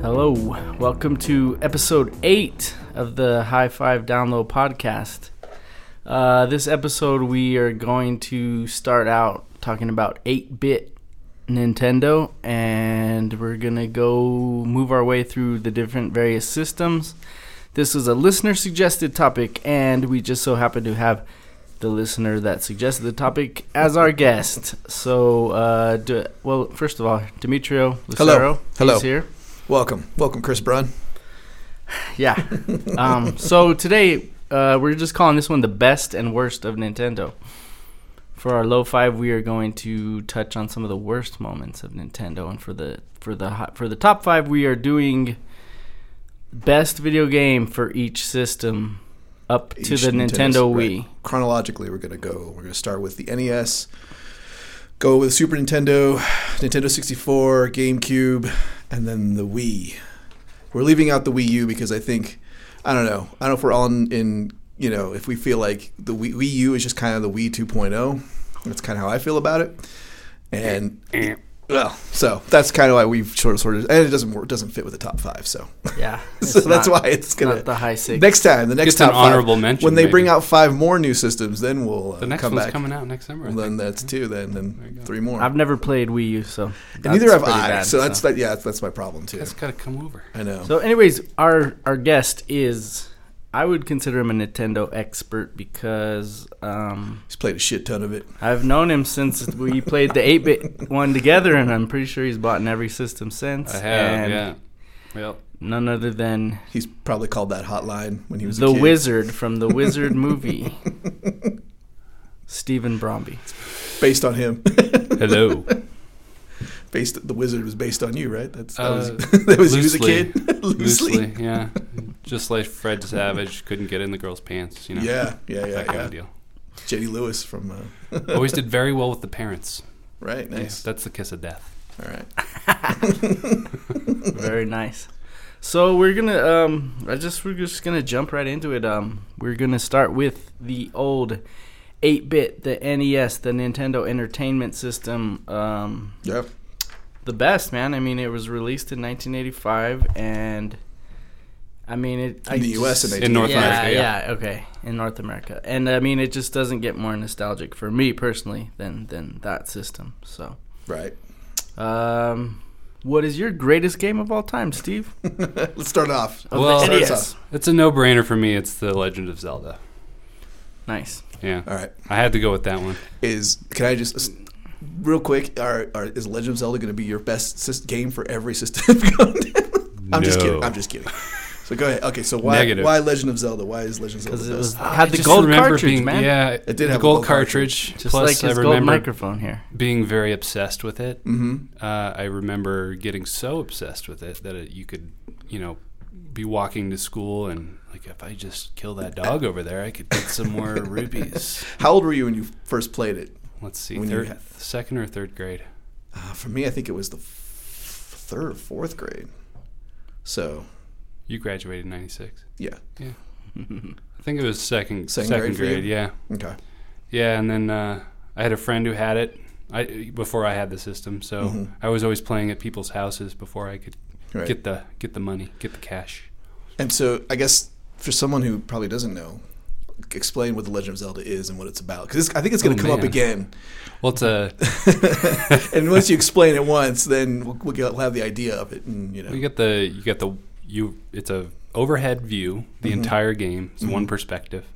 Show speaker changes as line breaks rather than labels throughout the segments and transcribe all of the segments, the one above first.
Hello, welcome to episode eight of the High Five Down Low podcast. Uh, this episode, we are going to start out talking about 8 bit Nintendo, and we're gonna go move our way through the different various systems. This was a listener suggested topic, and we just so happen to have the listener that suggested the topic as our guest. So, uh, do, well, first of all, Demetrio
Hello.
Lucero
Hello.
is here.
Welcome, welcome, Chris Brunn.
Yeah. um, so today uh, we're just calling this one the best and worst of Nintendo. For our low five, we are going to touch on some of the worst moments of Nintendo, and for the for the hot, for the top five, we are doing best video game for each system up to
Each
the
Nintendo's-
Nintendo Wii.
right. Chronologically, we're gonna go. We're gonna start with the NES, go with Super Nintendo, Nintendo 64, GameCube, and then the Wii. We're leaving out the Wii U because I think I don't know. I don't know if we're all in. in you know, if we feel like the Wii, Wii U is just kind of the Wii 2.0, that's kind of how I feel about it. And well, so that's kind of why we've sort of sorted, and it doesn't work, doesn't fit with the top five. So,
Yeah,
so
it's
that's
not-
why it's
it's
gonna
not the high six.
Next time, the next
Just an
top five.
honorable mention,
When they
maybe.
bring out five more new systems, then we'll uh,
The next
come
one's
back.
coming out next summer. I
then
think.
that's two. Then
There
then
you go.
three more.
I've never played Wii U, so
and neither
that's
have
pretty
I.
bad,
so that's that. Yeah, that's, that's my problem too.
That's got to come over.
I know.
So, anyways, our our guest is I would consider him a Nintendo expert because um,
He's played a shit ton of it.
I've known him since we played the 8-bit one together, and I'm pretty sure he's bought in every system since.
I
and
have, yeah. Well,
None other than
He's probably called that hotline when he was
the
a kid.
Wizard from the Wizard movie, Stephen Bromby.
Based on him.
hello.
based the wizard was based on you, right? That's that was
Uh,
that was you as a
loosely.
kid. loosely.
Loosely, yeah. Just like Fred Savage couldn't get in the girl's pants, you know.
Yeah, yeah, yeah.
That kind
yeah.
of deal.
Jenny Lewis from uh,
Always did very well with the parents.
right.
That's,
Nice.
that's the kiss of death.
All right.
Very nice. So we're gonna um I just we're just gonna jump right into it. Um we're gonna start with the old eight bit, the NES, the Nintendo Entertainment System. Um
Yep.
the best, man. I mean it was released in nineteen eighty five and I mean it I
In the US
just-
in
In North
yeah,
America, yeah.
Yeah, okay. In North America. And I mean it just doesn't get more nostalgic for me personally than than that system. So
Right.
um what is your greatest game of all time, Steve?
Let's start off.
Of
Well-
the E NES.
Starts
It's a no-brainer for me. It's The Legend of Zelda.
Nice.
Yeah.
All right.
I had to go with that one.
is can I just real quick? Are, are is Legend of Zelda going to be your best sys- game for every system? I'm just kidding.
No.
I'm just kidding. So go ahead. Okay, so why
Negative.
why Legend of Zelda? Why is Legend of Zelda
Because
the
it
best?
was Ah, had
I
the
just
gold
remember
cartridge,
being-
man.
Yeah,
It
it
did
did
have a
the gold,
gold cartridge.
cartridge.
Just
Plus,
like his
I
gold
remember
microphone here.
being very obsessed with it.
Mhm.
Uh, I remember getting so obsessed with it that it, you could, you know, be walking to school and like if I just kill that dog over there, I could get some more rupees.
How old were you when you first played it?
Let's see,
When you
third,
had-
second or third grade.
Uh, for me, I think it was the f- third or fourth grade. So
You graduated in '96.
yeah,
I think it was second
Second
second,
grade
grade.
for you?
yeah,
okay,
yeah. And then uh, I had a friend who had it. I, before I had the system, so
Mhm.
I was always playing at people's houses before I could
right.
get the get the money, get the cash.
and so I guess for someone who probably doesn't know. Explain what the Legend of Zelda is and what it's about, because I think it's going to
Oh,
come up
man.
again.
Well, it's
Mm-hmm.
a
and once you explain it once, then we'll, we'll get- we'll have the idea of it, and you know,
You get the you get the you. It's a overhead view the
Mm-hmm.
entire game. It's one perspective,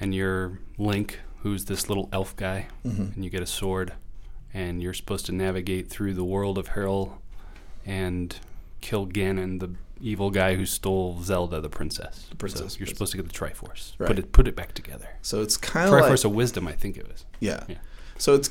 and you're Link, who's this little elf guy,
Mm-hmm.
and you get a sword, and you're supposed to navigate through the world of Hyrule, and kill Ganon, the evil guy who stole Zelda, the princess. The
princess,
you're supposed to get the Triforce.
Right.
Put it put it back together.
So it's kind of like
Triforce of Wisdom, I think it was.
yeah.
Yeah.
So it's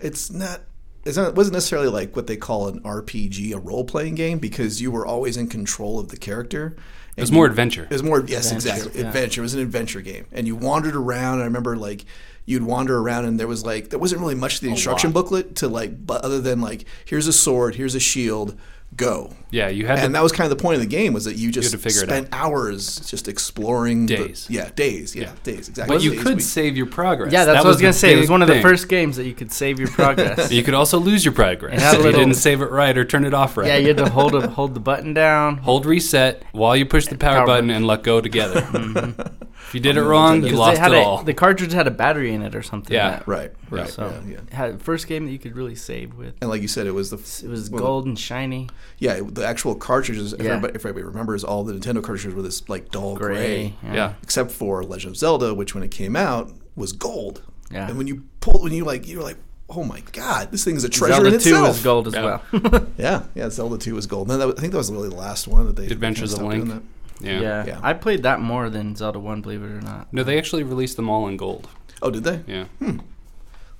it's not it's not it wasn't necessarily like what they call an RPG, a role playing game, because you were always in control of the character.
It was more adventure.
It was more yes,
Adventure,
exactly
yeah.
adventure. It was an adventure game, and you wandered around. And I remember like you'd wander around, and there was like there wasn't really much to the instruction booklet to like, but other than like here's a sword, here's a shield. go.
Yeah, you had
And
to,
that was kind of the point of the game was that you just
had to figure it
spent hours just exploring the-
Days.
yeah, days. Yeah,
Yeah.
days. Exactly.
but you
Days,
could
weeks.
save your progress.
Yeah, that's
That
what I was gonna
the
say. It was
big
one of the
thing.
first games that you could save your progress.
You could also lose your progress
It had a
if
little-
you didn't save it right or turn it off right.
yeah, you had to hold a, hold the button down.
Hold reset while you push the power,
Power
button
button.
and let go together. If you did it wrong, you
'Cause they
lost
had
it
a-
all.
The cartridge had a battery in it or something.
Yeah.
that-
Right. Right.
So
Yeah, yeah.
had first game that you could really save with.
And like you said, it was the
It was
Well,
gold and shiny.
yeah it- the actual cartridges. If,
Yeah.
everybody, if everybody remembers, all the Nintendo cartridges were this like dull gray,
Gray.
yeah.
except for Legend of Zelda, which when it came out was gold.
Yeah.
And when you pulled, when you like, you were like, oh my god, this thing's a treasure
Zelda
in
2
itself.
was gold as
Yeah.
well.
Yeah, yeah, Zelda Two was gold. And that, was- I think that was really the last one that they
Adventures
they
of
stopped
Link.
doing
Yeah.
yeah.
Yeah.
I played that more than Zelda 1, believe it or not.
No, they actually released them all in gold.
that. Oh, did they?
Yeah.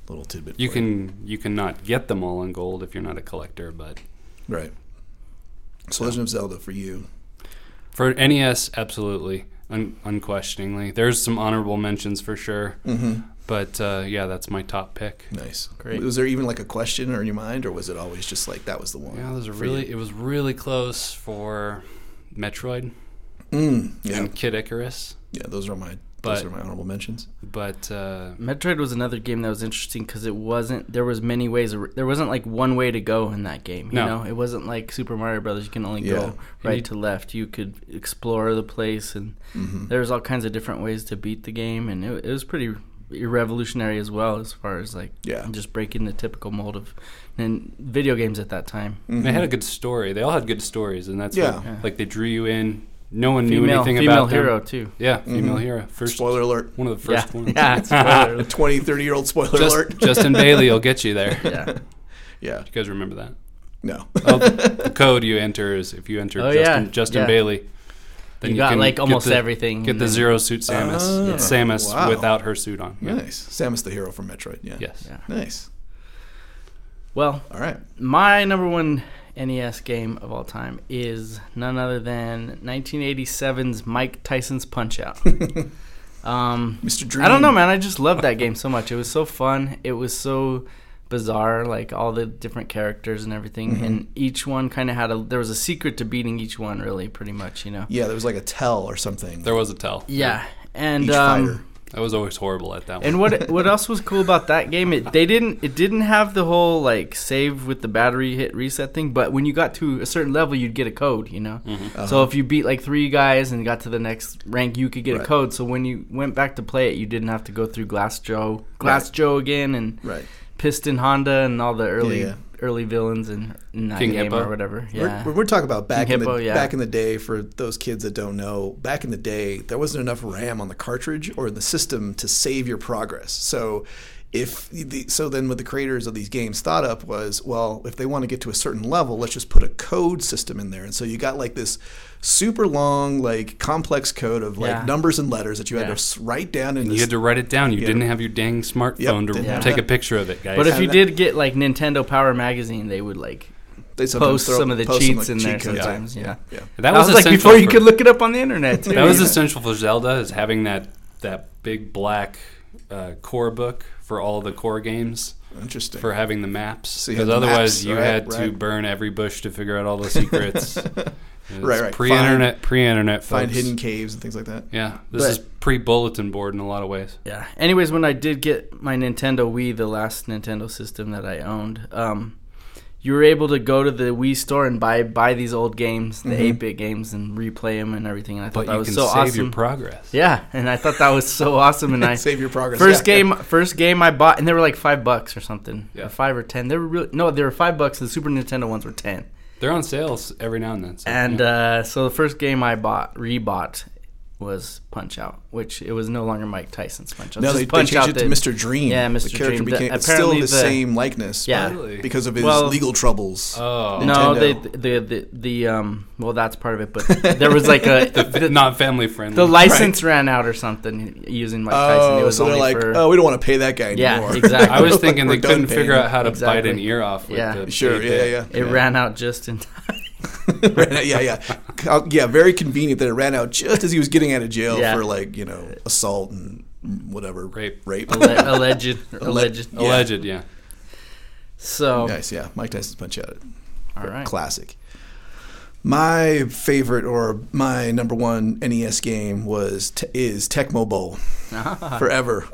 Little tidbit.
You
for
can you cannot get them all in gold if you're not a collector, but
right. So Legend of Zelda for you.
for NES, absolutely, un- unquestioningly. There's some honorable mentions for sure,
Mm-hmm.
but uh, yeah, that's my top pick.
Nice.
Great.
Was there even like a question or in your mind, or was it always just like that was the one?
Yeah, those are
for
really
you?
it was really close for Metroid
Mm, yeah,
and Kid Icarus,
yeah. Those are my those
But-
are my honorable mentions.
but uh,
Metroid was another game that was interesting because it wasn't. There was many ways. ar- There wasn't like one way to go in that game. You
No.
know, it wasn't like Super Mario Brothers. You can only
Yeah.
go right
you-
to left. You could explore the place, and
Mhm.
there's all kinds of different ways to beat the game, and it, it was pretty revolutionary as well as far as like
Yeah.
just breaking the typical mold of and video games at that time.
Mm-hmm.
they had a good story. They all had good stories, and that's
Yeah.
what,
Yeah.
like they drew you in. No one knew
Female,
anything
female
about them.
hero too.
Yeah, female
Mhm.
hero. First
Spoiler alert.
one of the first
yeah,
ones.
yeah. spoiler.
20, 30 year old spoiler alert.
Just, Justin Bailey will get you there. Do
yeah.
Yeah.
you guys remember that?
No.
Oh, the code you enter is if you enter
Oh,
Justin,
yeah,
Justin
yeah.
Bailey,
You got
can
like
get
almost
the-
everything.
Get
and
the
then-
zero suit Samus.
Oh,
It's Samus
wow.
without her suit on. Yeah.
nice. Samus the hero from Metroid. Yeah.
Yes.
Yeah.
Nice.
Well,
All right.
My number one NES game of all time is none other than 1987's Mike Tyson's Punch Out. um,
Mr. Dream.
I don't know, man. I just loved that game so much. It was so fun. It was so bizarre, like all the different characters and everything.
Mm-hmm.
And each one kind of had a. There was a secret to beating each one, really, pretty much, you know.
Yeah, there was like a tell or something.
There was a tell.
Yeah, and
Each
um,
fighter.
I was always horrible at that one.
And what what else was cool about that game? It they didn't it didn't have the whole like save with the battery hit reset thing. But when you got to a certain level, you'd get a code. You know,
Mm-hmm.
Uh-huh.
so if you beat like three guys and got to the next rank, you could get a
Right.
code. So when you went back to play it, you didn't have to go through Glass Joe, Glass Joe again, and
Right.
Piston Honda and all the early
Yeah, yeah.
early villains and in that
King
game
Hippo.
or whatever.
We're-
Yeah,
We're, we're talking about back in
Hippo,
the
yeah.
back in the day for those kids that don't know. Back in the day, there wasn't enough RAM on the cartridge or in the system to save your progress. So, if the, so, then what the creators of these games thought up was, well, if they want to get to a certain level, let's just put a code system in there. And so you got like this super long, like complex code of like
Yeah.
numbers and letters that you had to
Yeah.
s- write down in
you
this.
had to write it down. You didn't have your dang smartphone to
didn't have
take
that.
a picture of it, guys.
but if you
that-
did get like Nintendo Power Magazine, they would like
they sometimes
post
throw-
some of the
post
cheats
like,
in there
cheat codes.
sometimes.
Yeah.
Yeah.
yeah.
that
I
was,
was, like
essential
before you
for-
could look it up on the internet. Too,
That was
you know?
essential for Zelda is having that that big black uh, core book for all the core games
Interesting.
for having the maps
you
because
had the
otherwise
maps,
you
right,
had to
right.
burn every bush to figure out all the secrets. right,
Right, right.
Pre-internet, pre-internet,
Find
folks.
hidden caves and things like that.
Yeah, this
But-
is pre-bulletin board in a lot of ways.
Yeah. Anyways, when I did get my Nintendo Wii, the last Nintendo system that I owned, um, you were able to go to the Wii store and buy buy these old games, the 8-bit games, and replay them and everything. And I thought that
Mm-hmm. But you
was
can
so
save your
awesome.
progress.
yeah, and I thought that was so awesome. And I
Save your progress.
first
Yeah.
game, first game I bought, and they were like five bucks or something,
Yeah.
or five or ten. They were really no, they were five bucks. The Super Nintendo ones were ten.
They're on sales every now and then. So
And
yeah.
uh, so the first game I bought, rebought, was Punch Out, which it was no longer Mike Tyson's Punch Out.
No,
Just
they, they
Punch
changed
Out
it to
did-
Mr. Dream.
Yeah,
The
Mr.
character
Dream. The-
became it's still the,
apparently the-
same likeness.
Yeah.
but
Really?
because of his
Well-
legal troubles.
oh,
uh, No,
Nintendo.
they, the, the the um. Well, that's part of it, but there was like a the,
Fa- not family friendly.
the license ran out or something using Mike Tyson. It
oh,
was
so they're
only
like,
for
oh, we don't want to pay that guy
Yeah,
anymore.
exactly.
I was thinking they
We're done
couldn't
paying
figure
him.
out how to
Exactly.
bite an ear off. With
Yeah.
the
Sure, yeah, yeah.
it
yeah.
ran out just in time.
Ran out- yeah, yeah. Uh, Yeah, very convenient that it ran out just as he was getting out of jail
Yeah.
for, like, you know, assault and whatever.
Rape.
Rape.
Alleg- alleged, alleged.
Yeah.
Alleged, yeah.
So
Nice, yeah. Mike Tyson's Punch Out.
All right.
classic. My favorite or my number one NES game was te- is Tecmo Bowl forever.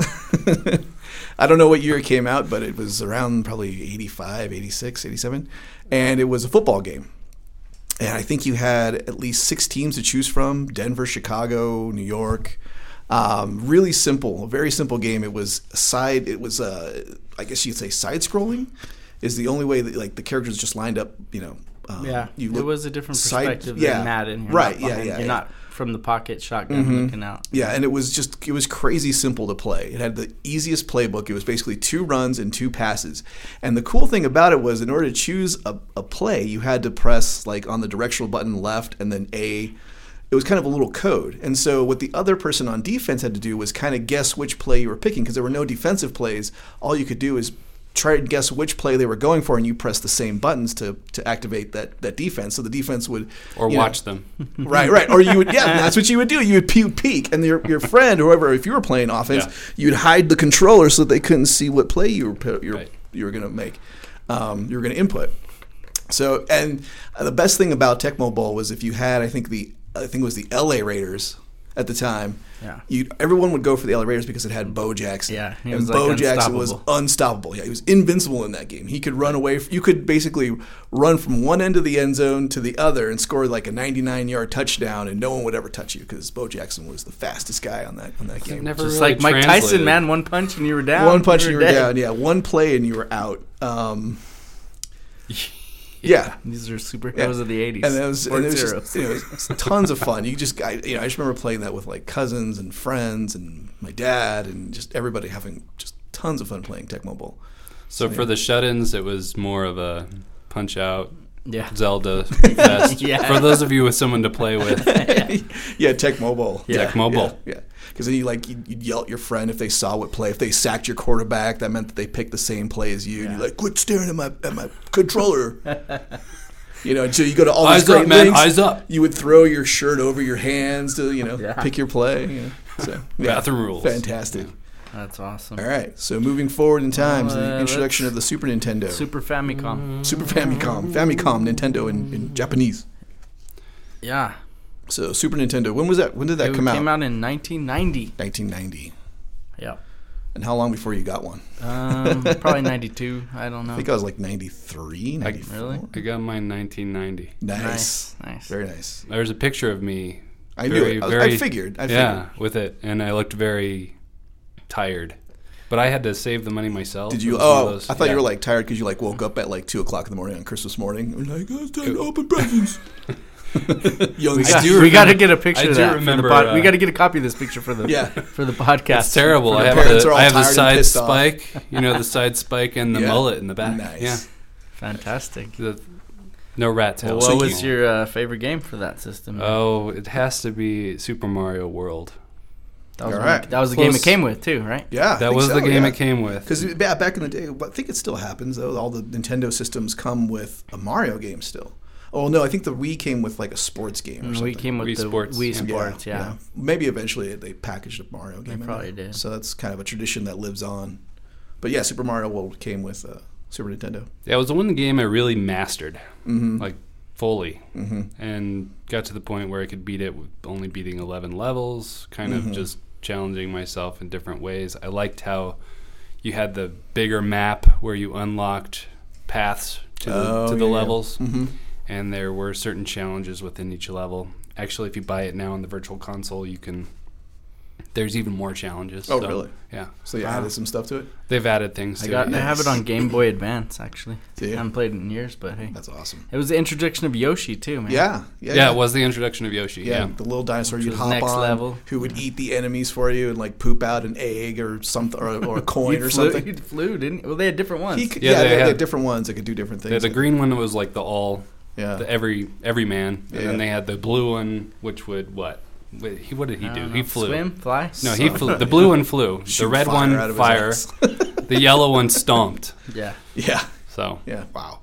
I don't know what year it came out, but it was around probably 85, 86, 87 and it was a football game. And I think you had at least 6 teams to choose from, Denver, Chicago, New York. Um, really simple, a very simple game. It was side it was uh, I guess you'd say side scrolling is the only way that like the characters just lined up, you know. Um,
Yeah,
you
it
look-
was a different
side-
perspective
yeah.
than Madden. You're
Right,
Not
yeah,
behind-
yeah,
You're
yeah. Mm-hmm.
not from the pocket shotgun looking out.
Yeah, and it was just it was crazy simple to play. It had the easiest playbook. It was basically two runs and two passes. And the cool thing about it was in order to choose a, a play, you had to press like on the directional button left and then A. It was kind of a little code. And so what the other person on defense had to do was kind of guess which play you were picking because there were no defensive plays. All you could do is try and guess which play they were going for and you press the same buttons to to activate that that defense. So the defense would
or
you know,
watch them.
right, right. Or you would, yeah, that's what you would do. You would peek, peek and your, your friend, or whoever, if you were playing offense,
Yeah.
you'd hide the controller so that they couldn't see what play you were pu- you were,
Right.
you were going to make, um, you were going to input. So, and uh, the best thing about Tecmo Bowl was if you had, I think the, I think it was the L.A. Raiders at the time.
Yeah.
You everyone would go for the L.A. Raiders because it had Bo Jackson.
Yeah, he
and
was, like,
Bo Jackson was
unstoppable.
unstoppable. Yeah, he was invincible in that game. He could run away. You could basically run from one end of the end zone to the other and score like a 99-yard touchdown, and no one would ever touch you because Bo Jackson was the fastest guy on that on that game.
Never
Just
really
like Mike Tyson,
translated.
man, one punch and you were down.
one punch and you were
dead.
down. Yeah, one play and you were out. Um, yeah.
These are superheroes
Yeah.
of the '80s.
And it was, and it was
Sports heroes.
just, you know, it was tons of fun. You just, I, you know, I just remember playing that with like cousins and friends and my dad and just everybody having just tons of fun playing Tecmo Bowl.
So for the shut-ins, it was more of a punch out
yeah.
Zelda fest.
Yeah.
For those of you with someone to play with,
yeah, Tecmo Bowl.
Yeah.
Tecmo Bowl.
Yeah, because then you like you'd, you'd yell at your friend if they saw what play. If they sacked your quarterback, that meant that they picked the same play as you. And you're like, quit staring at my at my controller. you know, until you go to all these
eyes
great
up, man,
lengths,
eyes up.
You would throw your shirt over your hands to you know
Yeah.
pick your play. you know. So yeah,
Bathroom rules.
fantastic.
That's awesome.
All right, so moving forward in time to
Uh,
the introduction of the Super Nintendo,
Super
Super,
Famicom.
Mm.
Famicom, Famicom, Nintendo in, in Japanese.
Yeah.
So Super Nintendo, when was that? When did that
it
come
came out in 1990.
1990.
Yeah.
And how long before you got one?
Um, probably 92. I don't know.
I think I was like 93, 94.
really?
I got mine 1990.
Nice.
Nice. Nice.
Very nice.
There was a picture of me.
I
very,
knew it. I,
very-
I figured. I
yeah,
figured.
with it, and I looked very tired. But I had to save the money myself.
Did
It
you?
was one of
Oh,
those-
I thought
yeah.
you were like tired because you like woke up at like two o'clock in the morning on Christmas morning. And like, oh, it's time to open presents. Young
We
Yeah,
I do
we got to
remember-
get a picture
I
of
do
that. for the
remember,
pod- we
uh,
got to get a copy of this picture for the
Yeah.
for the podcast.
It's terrible. I have
parents
the,
are all
I have the
tired and
side
pissed off.
spike, you know, the side spike and the
Yeah.
mullet in the back.
Nice.
Yeah.
Fantastic.
The, no rat tail.
Well,
So
what was
you-
your uh, favorite game for that system?
Oh, it has to be Super Mario World.
that was,
all
one-
right.
that was the game it
Close.
came with too, right?
Yeah, I
That
think
was
so,
the game
yeah.
it came with.
Because yeah, back in the day, I think it still happens though. All the Nintendo systems come with a Mario game still. Oh no, I think the Wii came with like a sports game or
And
something.
we came with
Wii
the
Sports,
Wii
yeah.
Sports. Yeah.
Maybe eventually they packaged a Mario game. in
probably
there.
did.
So that's kind of a tradition that lives on. But yeah, Super Mario World came with uh, Super Nintendo.
Yeah, it was the one game I really mastered,
Mhm.
like fully,
Mm-hmm.
and got to the point where I could beat it with only beating 11 levels, kind
Mm-hmm.
of just challenging myself in different ways. I liked how you had the bigger map where you unlocked paths to the,
Oh,
to the
yeah, yeah.
levels,
Mm-hmm.
and there were certain challenges within each level. Actually, if you buy it now on the virtual console, you can. There's even more challenges.
Oh, really?
Yeah.
So you
Wow.
added some stuff to it.
They've added things to
I got.
it.
I
yeah.
have it on Game Boy Advance actually.
Do you?
I haven't played it in years, but hey,
That's awesome.
it was the introduction of Yoshi too, man.
Yeah, yeah,
Yeah, it was the introduction of Yoshi.
Yeah,
Yeah.
the little dinosaur
Which
you'd
was
hop
next
on,
level.
who would eat the enemies for you and like poop out an egg or something or, or a
He
coin or
flew,
something.
he flew, didn't he? Well, they had different ones.
He could-
Yeah,
yeah,
they
they, they
had-
had different ones that could do different
The,
things.
the green one was like the all
yeah,
the every every man, and
Yeah.
then they had the blue one, which would what? Wait, He what did he
I
do?
don't
He
know.
flew.
Uh, Swim, fly.
No, he
Son.
flew. The blue one flew.
Shoot
the red
fire out of
one
his
fire.
ass.
the yellow one stomped.
Yeah.
yeah,
So,
yeah. Wow.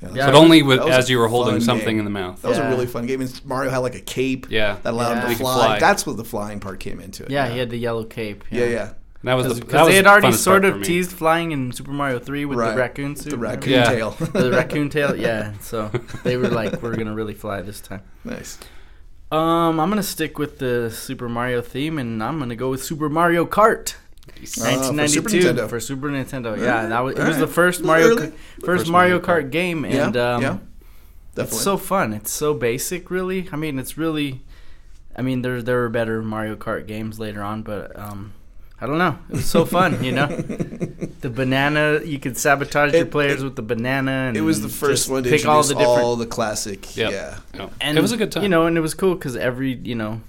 Yeah.
but only with
that was
as you were
a
holding
fun
something
game.
in the mouth.
That was a
Yeah.
really fun game. And Mario had like a cape
Yeah.
that allowed
Yeah.
him
He
to
could
fly.
fly.
That's where the flying part came into it.
Yeah, he had the yellow cape.
yeah, yeah.
And that was the, that
Because
was
they had
the
already
funnest
sort
part for
of
me.
teased flying in Super Mario 3 with
Right.
the raccoon suit.
The
remember?
raccoon
Yeah.
tail.
the raccoon tail, yeah. So they were like, we're going to really fly this time.
nice.
Um, I'm going to stick with the Super Mario theme, and I'm going to go with Super Mario Kart.
Uh, for Super
1992
Nintendo.
for Super Nintendo.
Alright,
Yeah, that was, it was
alright.
the first
A little
Mario
early.
Kart, first, Mario Kart game, and
yeah,
um,
yeah, definitely.
it's so fun. It's so basic, really. I mean, it's really. I mean, there there were better Mario Kart games later on, but um, I don't know. It was so fun, you know. The banana, you could sabotage your
It-
players
it-
with the banana. And
it was the
just
first one to
pick
introduce
all the different
all the classic.
Yep.
Yeah,
No.
and
it was a good time.
You know, and it was cool because every you know,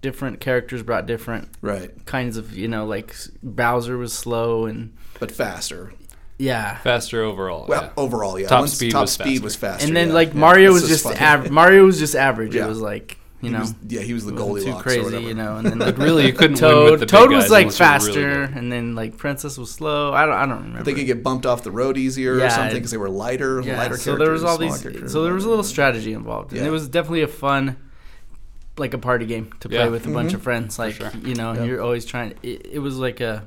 different characters brought different
right,
kinds of you know, like s- Bowser was slow and
but faster.
yeah.
faster overall.
Well,
yeah.
overall, yeah.
Top
Once
speed
top
was
speed
faster.
was faster.
and then
yeah,
like
yeah.
Mario was
This is
just
funny.
av- Mario was just average.
Yeah.
It was like you
He
know,
was- yeah, he was the
it wasn't
Goldilocks
too
or
crazy,
whatever.
you know. And then like
Like, really, you couldn't win with
Toad,
the big
Toad was
guys
like
unless you were really
faster,
good.
and then like Princess was slow. I don't, I don't remember.
They could get bumped off the road easier or
Yeah,
something
it-
because they were lighter,
yeah,
lighter characters.
so there was all
smaller
these.
characters.
So there was a little strategy involved, and
Yeah.
it was definitely a fun, like a party game to play
Yeah.
with a bunch
Mhm.
of friends. Like
sure.
you know, and
Yeah.
you're always trying. It, it was like a.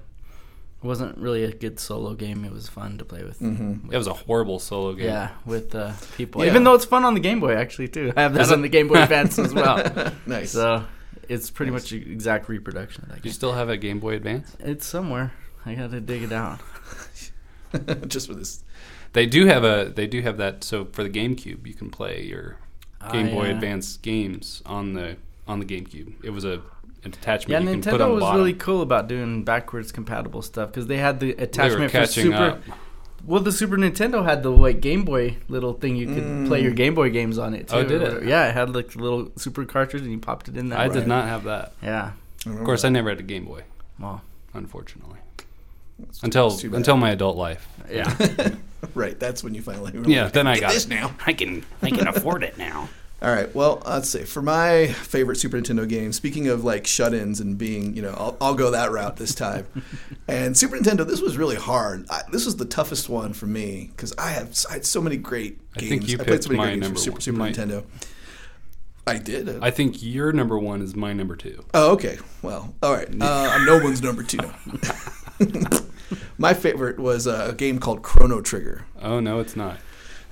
It wasn't really a good solo game. It was fun to play with.
Mhm.
It was a horrible solo game.
Yeah, with uh, people.
Yeah.
Even though it's fun on the Game Boy, actually, too. I have that
Is
on
it?
the Game Boy Advance as well.
nice.
So it's pretty
Nice.
much an exact reproduction of that
Do you
game.
still have a Game Boy Advance?
It's somewhere. I gotta dig it out.
just with this.
They do have a. They do have that. So for the GameCube, you can play your Game
I,
Boy
uh,
Advance games on the on the GameCube. It was a an
Yeah,
attachment you can put on
Nintendo
the
was
bottom.
really cool about doing backwards compatible stuff because they had the
they were
attachment for
catching
Super.
up.
Well, the Super Nintendo had the like Game Boy little thing you could
Mm.
play your Game Boy games on it. Too,
Oh, did
or-
it?
Yeah, it had like the little Super cartridge and you popped it in there.
I
Right.
did not have that.
Yeah.
Of course, I never had a Game Boy,
Well,
unfortunately. Until
too bad.
until my adult life.
yeah.
right. That's when you finally. were
Yeah,
like,
then I
"Get
got
this
it."
now.
I can I can afford it now.
All right. Well, let's see. For my favorite Super Nintendo game, speaking of like shut-ins and being, you know, I'll, I'll go that route this time. and Super Nintendo, this was really hard. I, this was the toughest one for me because I have I had so many great
I
games.
think you
played so
picked
many
my
great games
number
for Super,
one.
Super
My-
Nintendo. I did.
I think your number one is my number two.
Oh, okay. Well, all right. Uh, I'm no one's number two. My favorite was uh, a game called Chrono Trigger.
Oh no, it's not.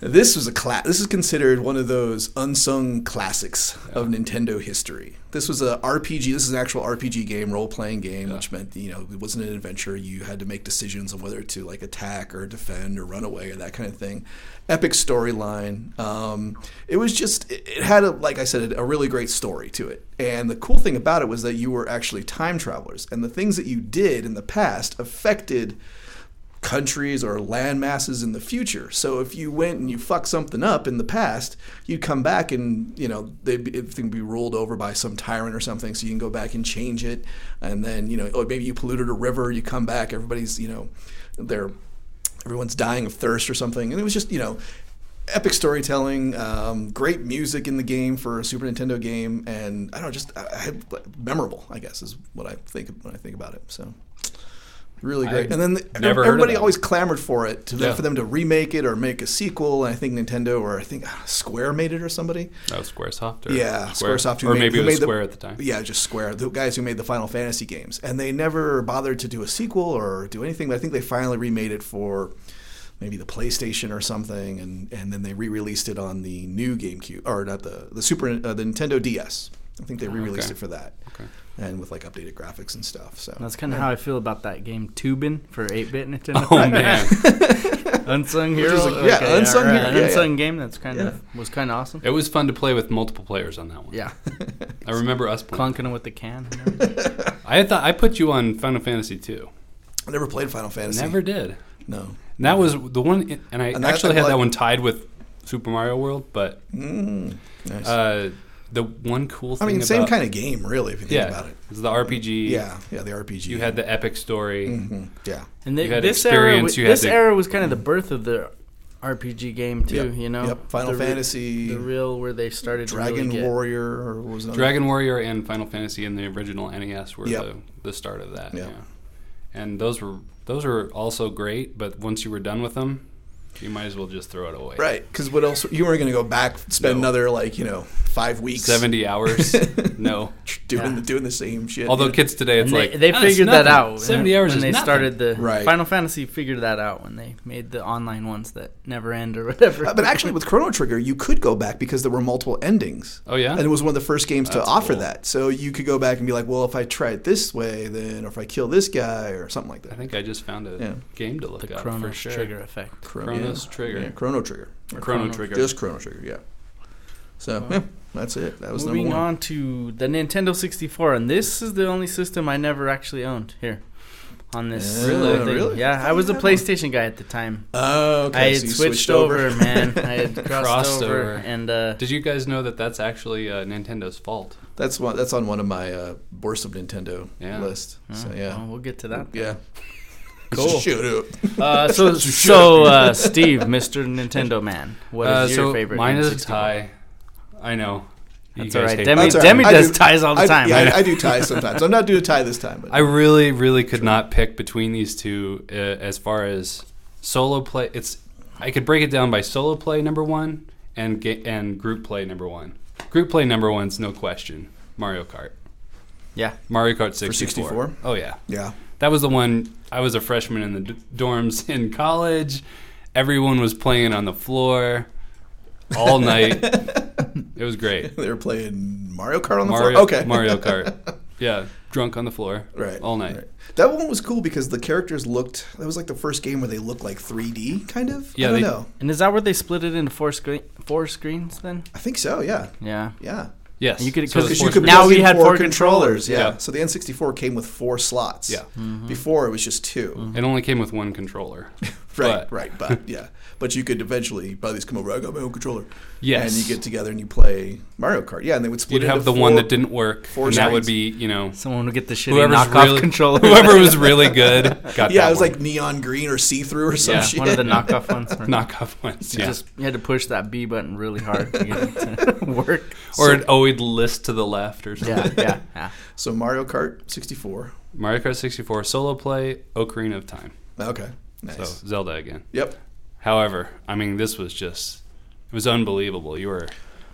This was a cla- This is considered one of those unsung classics of Nintendo history. This was a RPG. This is an actual RPG game, role playing game, which meant you know it wasn't an adventure. You had to make decisions on whether to like attack or defend or run away or that kind of thing. Epic storyline. Um, it was just it, it had a, like I said a really great story to it. And the cool thing about it was that you were actually time travelers, and the things that you did in the past affected countries or land masses in the future. So if you went and you fucked something up in the past, you'd come back and you know they'd be, everything would be ruled over by some tyrant or something. So you can go back and change it, and then you know oh, maybe you polluted a river. You come back, everybody's you know they're everyone's dying of thirst or something, and it was just you know. Epic storytelling, um, great music in the game for a Super Nintendo game, and I don't know, just I, I, memorable, I guess, is what I think when I think about it. So, really great.
I
and then the,
never heard of
everybody
that.
always clamored for it to
Yeah.
for them to remake it or make a sequel. And I think Nintendo or I think uh, Square made it or somebody.
That was SquareSoft. Or
Yeah,
Square,
SquareSoft, who
or
made-
maybe
who
it was
made the-
Square at the time.
Yeah, just Square, the guys who made the Final Fantasy games, and they never bothered to do a sequel or do anything. But I think they finally remade it for maybe the PlayStation or something, and, and then they re-released it on the new GameCube or not the the Super uh, the Nintendo DS. I think they re-released
okay.
it for that,
Okay.
and with like updated graphics and stuff. So
That's kind of how I feel about that game, Tubin for 8-bit Nintendo.
Oh man,
unsung
Which
hero.
is a- yeah, unsung
right.
hero,
An
yeah,
unsung game that's kind of was kind of awesome.
it was fun to play with multiple players on that one.
Yeah,
I remember us playing.
clunking it with the can. and everything.
I thought I put you on Final Fantasy two.
I never played Final Fantasy.
Never did.
No.
And that was the one, and I
And that-
actually had
like-
that one tied with Super Mario World. But
Mm, nice.
uh, the one cool
I
thing,
mean, same
about-
kind of game, really, if you think
yeah,
about it.
was the RPG.
Yeah, yeah, the RPG.
you had the epic story.
Mhm, yeah,
And th-
You had
this era,
experience,
was,
you had
this
the-
era was kind of the birth of the RPG game too.
Yep,
You know,
yep. Final
The re-
Fantasy,
the real where they started to
Dragon
really get-
Warrior, or what was another?
Dragon Warrior and Final Fantasy and the original NES were
Yep.
the, the start of that.
Yeah.
Yeah. And those were those were also great, but once you were done with them, you might as well just throw it away.
Right, because what else? You weren't going to go back, spend
No.
another like you know five weeks,
Seventy hours? no.
doing
Yeah.
doing the same shit.
Although
yeah.
kids today, it's
And
like
they, they
"Ah, it's
figured that
nothing.
out.
Seventy hours
when
is
they
nothing."
started the
Right.
Final Fantasy figured that out when they made the online ones that never end or whatever.
Uh, but actually, with Chrono Trigger, you could go back because there were multiple endings.
Oh yeah.
And it was one of the first games to offer
cool.
that. So you could go back and be like, well, if I try it this way, then, or if I kill this guy, or something like
I
that.
think I just found a
Yeah.
game to look
the
up for
Chrono
sure.
Trigger effect.
Chronos
yeah.
Trigger.
Yeah, Chrono Trigger.
Chrono,
Chrono
Trigger.
Just Chrono Trigger, yeah. So, yeah, that's it. That was
Moving
number one.
on to the Nintendo 64, and this is the only system I never actually owned here. On this,
Yeah, Really?
thing.
Oh, really?
yeah, I
I
was a
thought you had
PlayStation guy at the time.
Oh, okay.
I had
so you
switched, over, man. I had crossed,
Crossed
over,
over.
and uh,
Did you guys know that that's actually uh, Nintendo's fault?
That's one. That's on one of my uh, Burst of Nintendo
Yeah.
list. So,
oh,
yeah.
well, we'll get to that.
Yeah.
Cool.
Shut up.
Uh, so, so uh, Steve, Mr. Nintendo Man, what is
Uh,
your
so
favorite?
Mine is a
N64?
tie. I know. You
That's all
guys
right.
hate
Demi,
That's all right.
Demi
I
does
do-
ties all the
I,
time.
Yeah, I, I do tie sometimes. I'm not doing a tie this time. But
I really, really could not pick between these two uh, as far as solo play. It's I could break it down by solo play number one and ga- and group play number one. Group play number one's no question Mario Kart.
Yeah.
Mario Kart 64.
64?
Oh yeah,
yeah.
that was the one. I was a freshman in the d- dorms in college. Everyone was playing on the floor all night. it was great.
They were playing Mario Kart on the
Mario,
floor. Okay,
Mario Kart. Yeah, drunk on the floor.
right,
All night.
right. That one was cool because the characters looked. That was like the first game where they looked like 3D, kind of.
Yeah,
I don't
they-
know.
And is that where they split it into four screen four screens then?
I think so. Yeah,
Yeah.
yeah.
Yes.
You could-
So
Because
it's
Because you
four
could
Now
plug
we
in
had four
Yeah.
Yeah.
So the N64 came with four slots.
Yeah.
Before it was just 2
It only came with one controller.
Right.
Mm-hmm. But-
Right. But yeah, but you could eventually buddies come over. I got my own controller.
Yes.
And you get together and you play Mario Kart. Yeah, and they would split.
You'd
it
have
into
the
four-
one that didn't work,
four
and that
giants.
would be, you know,
Someone would get the shitty
whoever's
knockoff
really,
controller.
whoever was really good got
Yeah,
that
it was
one.
like neon green or see through or some
Yeah.
shit.
one of the knockoff ones. where
knockoff ones.
You
Yeah.
just you had to push that B button really hard to get it to work.
or it always list to the left or something.
yeah, yeah, yeah.
so Mario Kart 64.
Mario Kart 64 solo play, Ocarina of Time.
Okay. Nice.
So Zelda again.
Yep.
However, I mean, this was just it was unbelievable. You were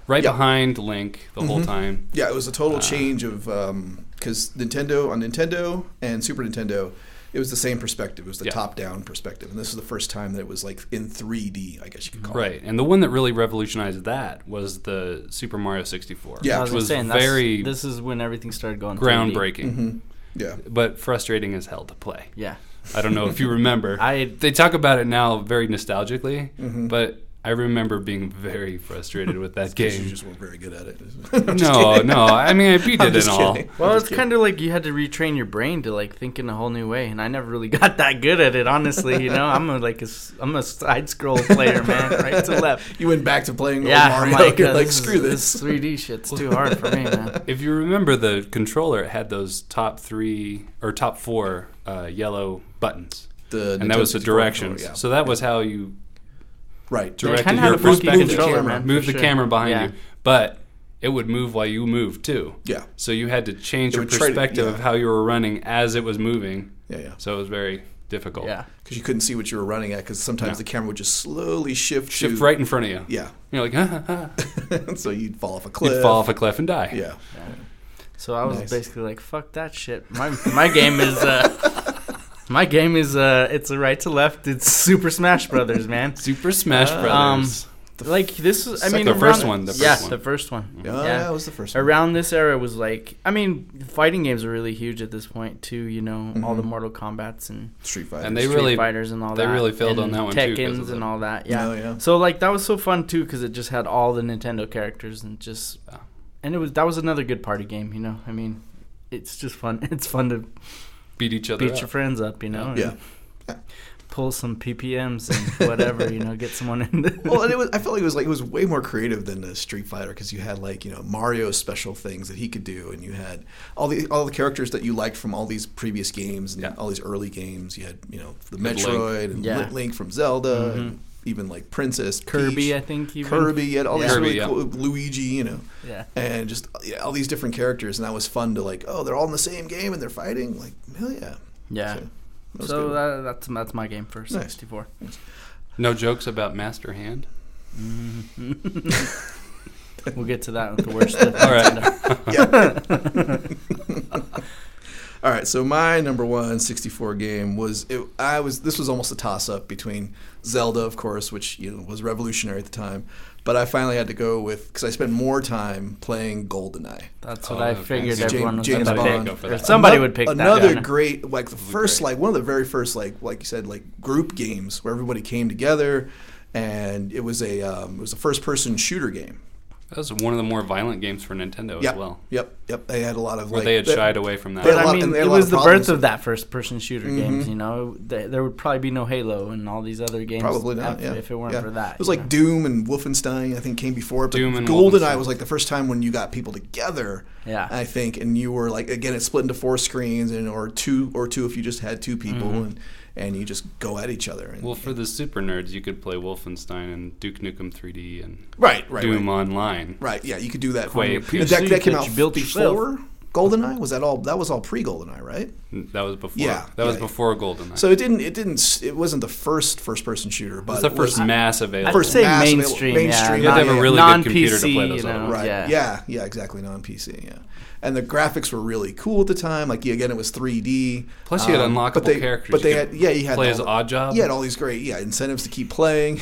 right
Yeah. Mm-hmm.
behind Link the whole time.
Yeah, it was a
Uh,
total change of because Nintendo on Nintendo and Super Nintendo, it was the same perspective. It was the
Yeah.
top-down perspective, and this was the first time that it was like in 3D. I guess you could call it.
Right, and the one that really revolutionized that was the Super Mario 64.
Yeah.
I
which
was,
was
saying
very
that's, this is when everything started going 3D.
groundbreaking.
Mm-hmm. Yeah.
but frustrating as hell to play.
Yeah,
I don't know if you remember.
I
they talk about it now very nostalgically,
Mm-hmm.
but I remember being very frustrated with that
'Cause You
game.
just weren't very good at it.
No, no. I mean, I beat
I'm
it
just
and all.
kidding.
Well, it's kind of like you had to retrain your brain to like think in a whole new way, and I never really got that good at it. Honestly, you know, I'm a, like a s- I'm a side scroll player, man, right to left.
You went back to playing old
Yeah,
Mario.
I'm like,
You're
uh,
like
this
screw
is-
this.
this 3D shit's too hard for me, man.
If you remember the controller, it had those top three or top four uh, yellow buttons,
The
and that
Nintendo
was the
64
directions.
controller, yeah.
So that was how you
right.
They
directed
kinda
your
had a funky
perspective.
controller,
Move the
man. for
move the
sure.
camera behind
Yeah.
you, but it would move while you moved too.
Yeah.
So you had to change
It
your
would try to-
perspective
yeah.
of how you were running as it was moving.
Yeah, yeah.
So it was very difficult.
Yeah,
Because you couldn't see what you were running at. Because sometimes
No.
the camera would just slowly shift.
Shift
to,
right in front of you.
Yeah.
You're like, "Ah, ah, ah."
so you'd fall off a cliff.
you'd fall off a cliff and die.
Yeah.
so I was
Nice.
basically like, fuck that shit. My my game is uh, my game is uh, it's a right to left. It's Super Smash Brothers, man.
Super Smash
Oh.
Um,
Brothers.
Like this is, I
Second
mean,
the
around-
first one, the first
yeah,
one.
the first one.
Yeah,
Yeah.
that was the first. one.
around this era was like I mean, fighting games are really huge at this point too. You know, all
Mm-hmm.
the Mortal Kombat's and
Street Fighter.
And they
Street
really-
Fighters and all
they
that.
really failed on
and
that one, too, 'cause of
Tekken's
the-
and all that. Yeah.
Oh, yeah.
So like that was so fun too because it just had all the Nintendo characters and just
Wow.
and it was that was another good party game. You know, I mean, it's just fun. It's fun to
Beat each other.
beat
up.
your friends up. You know. and
Yeah.
Pull some PPMs and whatever, you know, get someone in the
well, and it was. I felt like it was like it was way more creative than the Street Fighter because you had like you know Mario's special things that he could do, and you had all the all the characters that you liked from all these previous games and
Yeah.
all these early games. You had you know the
Link. Mm-hmm.
Metroid and
Yeah.
Link- Link from Zelda, and even like Princess
Kirby,
Peach,
I think. Even.
Kirby. You had all these
Kirby,
really
yeah.
cool Luigi. You know.
Yeah.
And just yeah, all these different characters, and that was fun to like. Oh, they're all in the same game and they're fighting. Like hell yeah,
Yeah.
So, that was
So
good.
that, that's that's my game for 64.
No jokes about Master Hand.
We'll get to that with the worst. of
All right.
Nintendo.
All right, so my number one 64 game was it, I was this was almost a toss up between Zelda, of course, which you know was revolutionary at the time, but I finally had to go with because I spent more time playing GoldenEye.
That's what
Oh,
I
okay.
figured
So
everyone was
James- James
gonna
Bond.
Go
pick.
for
Or
that.
somebody
Ano-
would pick
another
that.
great like the first
great.
like one of the very first like like you said like group games where everybody came together, and it was a um, it was a first person shooter game.
That was one of the more violent games for Nintendo
Yep,
as well.
yep, yep. They had a lot of
Where
like
they had
that-
shied away from that.
they had
But
a
I
lot-
mean,
they
it
had a lot
was
of
the
problems.
birth of that first-person shooter
Mm-hmm.
games. You know, Th- there would probably be no Halo and all these other games.
Probably not.
if,
yeah,
if it weren't
yeah.
for that.
it was
you
like
know?
Doom and Wolfenstein. I think came before, but
Doom and
GoldenEye
Wolfenstein.
was like the first time when you got people together.
Yeah.
I think, and you were like again, it's split into four screens and or two or two if you just had two people and and you just go at each other. And,
Mm-hmm. Well, for the super nerds, you could play Wolfenstein and Duke Nukem 3D and
right, right,
Doom
right,
Online.
right. Yeah, you could do that.
Quake.
But that,
PC
that came
that
out
you built yourself.
before GoldenEye. Was that all? That was all pre GoldenEye, right?
That was before.
Yeah,
that was
yeah.
before GoldenEye.
So it didn't. It didn't. s- It wasn't the first first-person shooter, but
it's the
it was-
first mass available.
I'd say
mass available-
mainstream.
mainstream,
yeah,
You had to have a
really
non-
good computer to
non-PC,
play those
you
on.
know,
Right.
Yeah.
Yeah. yeah. Exactly. Non PC. Yeah. And the graphics were really cool at the time. Like again, it was 3D.
Plus, you had
Um,
unlockable
but they,
characters.
But
You
they
could
had yeah, you had
play
all
as
the-
Oddjob.
You had all these great yeah incentives to keep playing.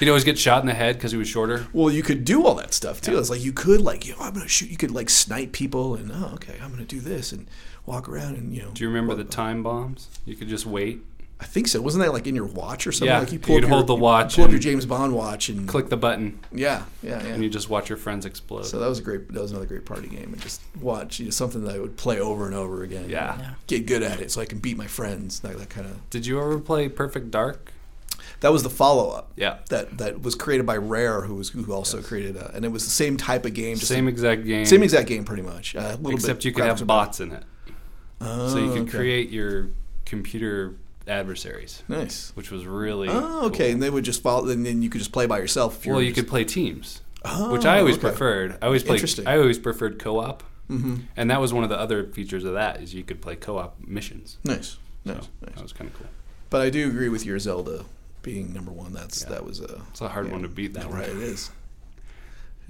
He'd always get shot in the head because he was shorter.
Well, you could do all that stuff too. It's like you could like you know, I'm gonna shoot. You could like snipe people and oh okay I'm gonna do this and walk around and you know.
Do you remember
uh,
the time bombs? You could just wait,
I think so. Wasn't that like in your watch or something?
Yeah,
Like you pull
you'd
up
hold
your,
the
you
watch
pull up your
and-
James Bond watch and
click the button,
Yeah, yeah, yeah.
and you just watch your friends explode.
So that was a great. That was another great party game, and just watch. You know, something that I would play over and over again.
Yeah.
Yeah.
Get good at it, so I can beat my friends. That, that kind of.
Did you ever play Perfect Dark?
That was the follow up.
Yeah.
That that was created by Rare, who was who also created, a, and it was the same type of game, just
Same exact game.
same exact game, pretty much. Uh, a little
except
bit
you could
graphics
have
are
bots in it,
better. Oh,
so you could
okay.
create your computer adversaries,
nice.
which was really.
Oh, okay,
cool.
and they would just follow, and then you could just play by yourself. If
Well,
were
you
just-
could play teams,
Oh,
which I always
okay.
preferred. I always played.
Interesting. Mm-hmm.
I always preferred co-op, and that was one of the other features of that is you could play co-op missions.
Nice,
So
nice, Oh, nice.
that was kind of cool.
But I do agree with your Zelda being number one. That's that was a
It's a hard
Yeah.
one to beat. That
Yeah,
one.
right, it is.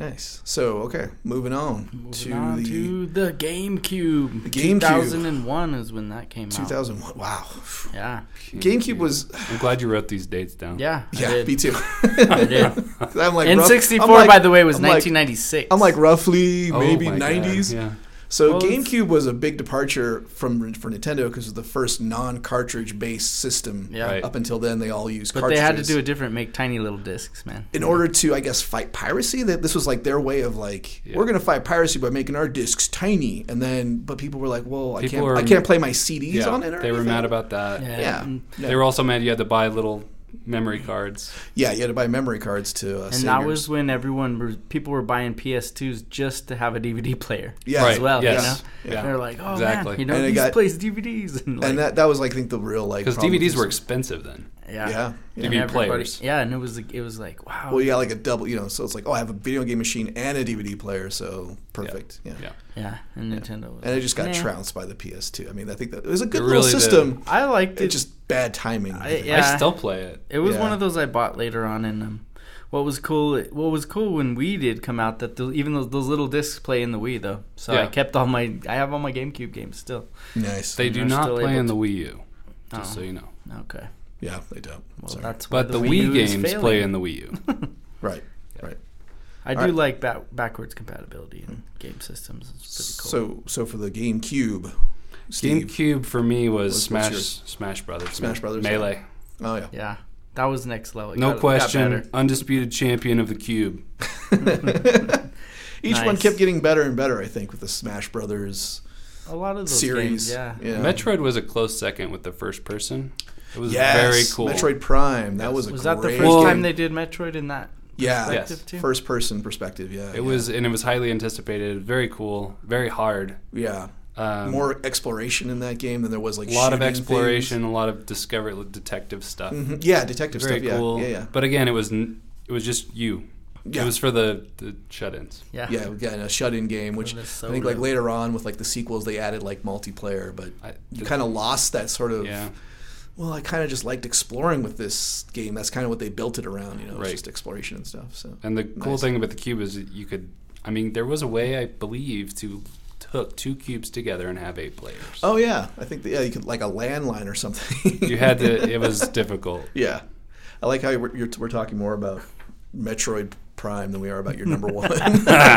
Nice. So, okay, moving on to
Moving on
the
to the GameCube.
The GameCube.
2001 is when that came out.
2001. Wow,
Yeah.
GameCube was
I'm glad you wrote these dates down.
Yeah. I
yeah,
did.
me too.
I did.
'Cause I'm like rough-
N64,
I'm like-
by the way, was
I'm like-
1996.
I'm like roughly
Oh
maybe
my God,
90s.
Yeah.
So
Well, it's-
GameCube was a big departure from for Nintendo because it was the first non-cartridge based system.
Yeah.
Right.
Up until then, they all used
but
cartridges.
they had to do it different, make tiny little discs, man.
in order to, I guess, fight piracy. That this was like their way of like
Yeah.
we're going to fight piracy by making our discs tiny. And then, but people were like, well, I
People
can't,
were-
I can't play my CDs
Yeah,
on it. Or
they were
anything.
mad about that.
Yeah.
And,
Yeah.
They were also mad you had to buy little memory cards.
Yeah, you had to buy memory cards to. Uh,
and that was when everyone, was- people were buying PS2s just to have a DVD player
Yeah.
as
Right,
well,
yes.
you know?
Yeah.
They're like, oh,
Exactly.
man, you know,
And it
these
got-
plays DVDs. And, like,
and that that was like I think the real like
Because
problem
DVDs
was-
were expensive then.
yeah.
yeah. yeah.
DVD
And everybody-
players.
Yeah, and it was, like- it was like, wow.
Well, you got like a double, you know. So it's like, oh, I have a video game machine and a DVD player, so perfect. Yeah,
Yeah.
yeah, and Nintendo was
and it just got
Nah.
trounced by the PS2. I mean, I think that it was a good
It
little
really did.
system.
I liked
It's
it.
just bad timing. I
I-
think.
yeah.
I still play it.
It was one
Yeah.
of those I bought later on, and um, what was cool, what was cool when Wii did come out, that the, even those, those little discs play in the Wii though. So I
Yeah.
kept all my, I have all my GameCube games still.
Nice.
They do
they're
not
still
play
able
in
to-
the Wii U, just
Oh.
so you know.
Okay,
yeah, they don't.
well
Sorry.
that's why
But the, Wii,
U is
games
failing.
play in the Wii U.
Right, right.
I do
Alright. Mm.
like ba- backwards compatibility in game systems. It's pretty cool.
So, so for the GameCube, Steve.
GameCube for me was
What's- what's
Smash
yours?
Smash Brothers.
Smash Brothers, yeah.
Melee.
Oh yeah.
yeah, that was next level. It
No
got- it got better.
question. Undisputed champion of the cube.
Each one
Nice.
kept getting better and better. I think with the Smash Brothers
A lot of those
series.
games, yeah.
Metroid was a close second with the first person. It was
Yes,
very cool.
Metroid Prime. That was a
Was
great
that the first
Well-
time they did Metroid in that
yeah
Yes.
perspective too?
first person perspective. Yeah,
It was and it was highly anticipated. Very cool. Very hard.
yeah
Um,
more exploration in that game than there was like
a lot of
shooting
exploration, a lot of discovery, detective stuff.
things. Mhm. Yeah, detective
Very
stuff.
cool.
Yeah, yeah, yeah.
But again, it was n- it was just you.
Yeah.
It was for the, the shut-ins.
yeah.
yeah, we got a shut-in game, which
the
I think like
soda.
later on with like the sequels they added like multiplayer, but
I-
you kind of lost that sort of
Yeah.
well, I kind of just liked exploring with this game. That's kind of what they built it around, you know, it was
Right.
just exploration and stuff. So
And the cool
Nice.
thing about the cube is that you could. I mean, there was a way I believe to hook two cubes together and have eight players.
Oh yeah, I think the, yeah you could like a landline or something.
You had to. It was difficult.
yeah, I like how we're, you're, we're talking more about Metroid Prime than we are about your number one.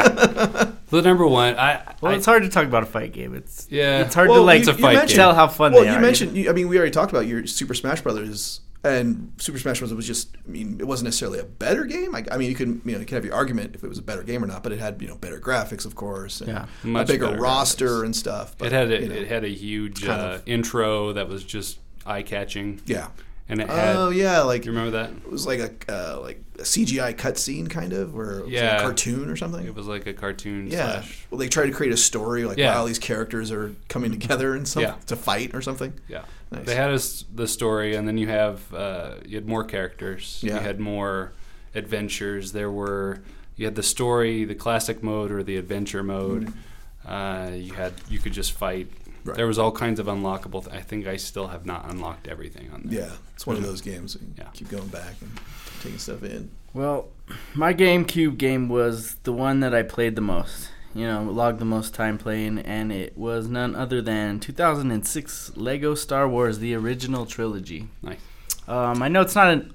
The number one, I,
Well,
I-
it's hard to talk about a fight game. It's
Yeah.
it's hard
Well,
to like
you-
you mentioned-
tell how fun
well,
they
you
are.
mentioned. You, I mean, we already talked about your Super Smash Brothers, and Super Smash Bros. was just. I mean, it wasn't necessarily a better game. I, I mean, you can you know you can have your argument if it was a better game or not, but it had you know better graphics, of course, and
Yeah.
a
Much
bigger
better
roster
graphics.
and stuff. But,
it had a,
you know,
it had a huge
kind
uh,
of-
intro that was just eye catching.
yeah.
and it had.
Oh yeah, like
Do you remember that?
it was like a uh, like a CGI cutscene kind of, or it was like
Yeah.
a cartoon or something.
It was like a cartoon
Yeah.
slash.
Well, they try to create a story like
Yeah.
wow, these characters are coming together and some
Yeah.
to fight or something.
Yeah,
Nice.
they had a s the story, and then you have uh, you had more characters.
Yeah.
You had more adventures. There were you had the story, the classic mode or the adventure mode. Uh, you had you could just fight.
Mm-hmm. Right.
There was all kinds of unlockable. Th- I think I still have not unlocked everything on there.
Yeah, it's one of those games. You
Yeah.
keep going back and taking stuff in.
Well, my GameCube game was the one that I played the most. You know, logged the most time playing, and it was none other than 2006 Lego Star Wars: The Original Trilogy.
Nice.
Um, I know it's not a,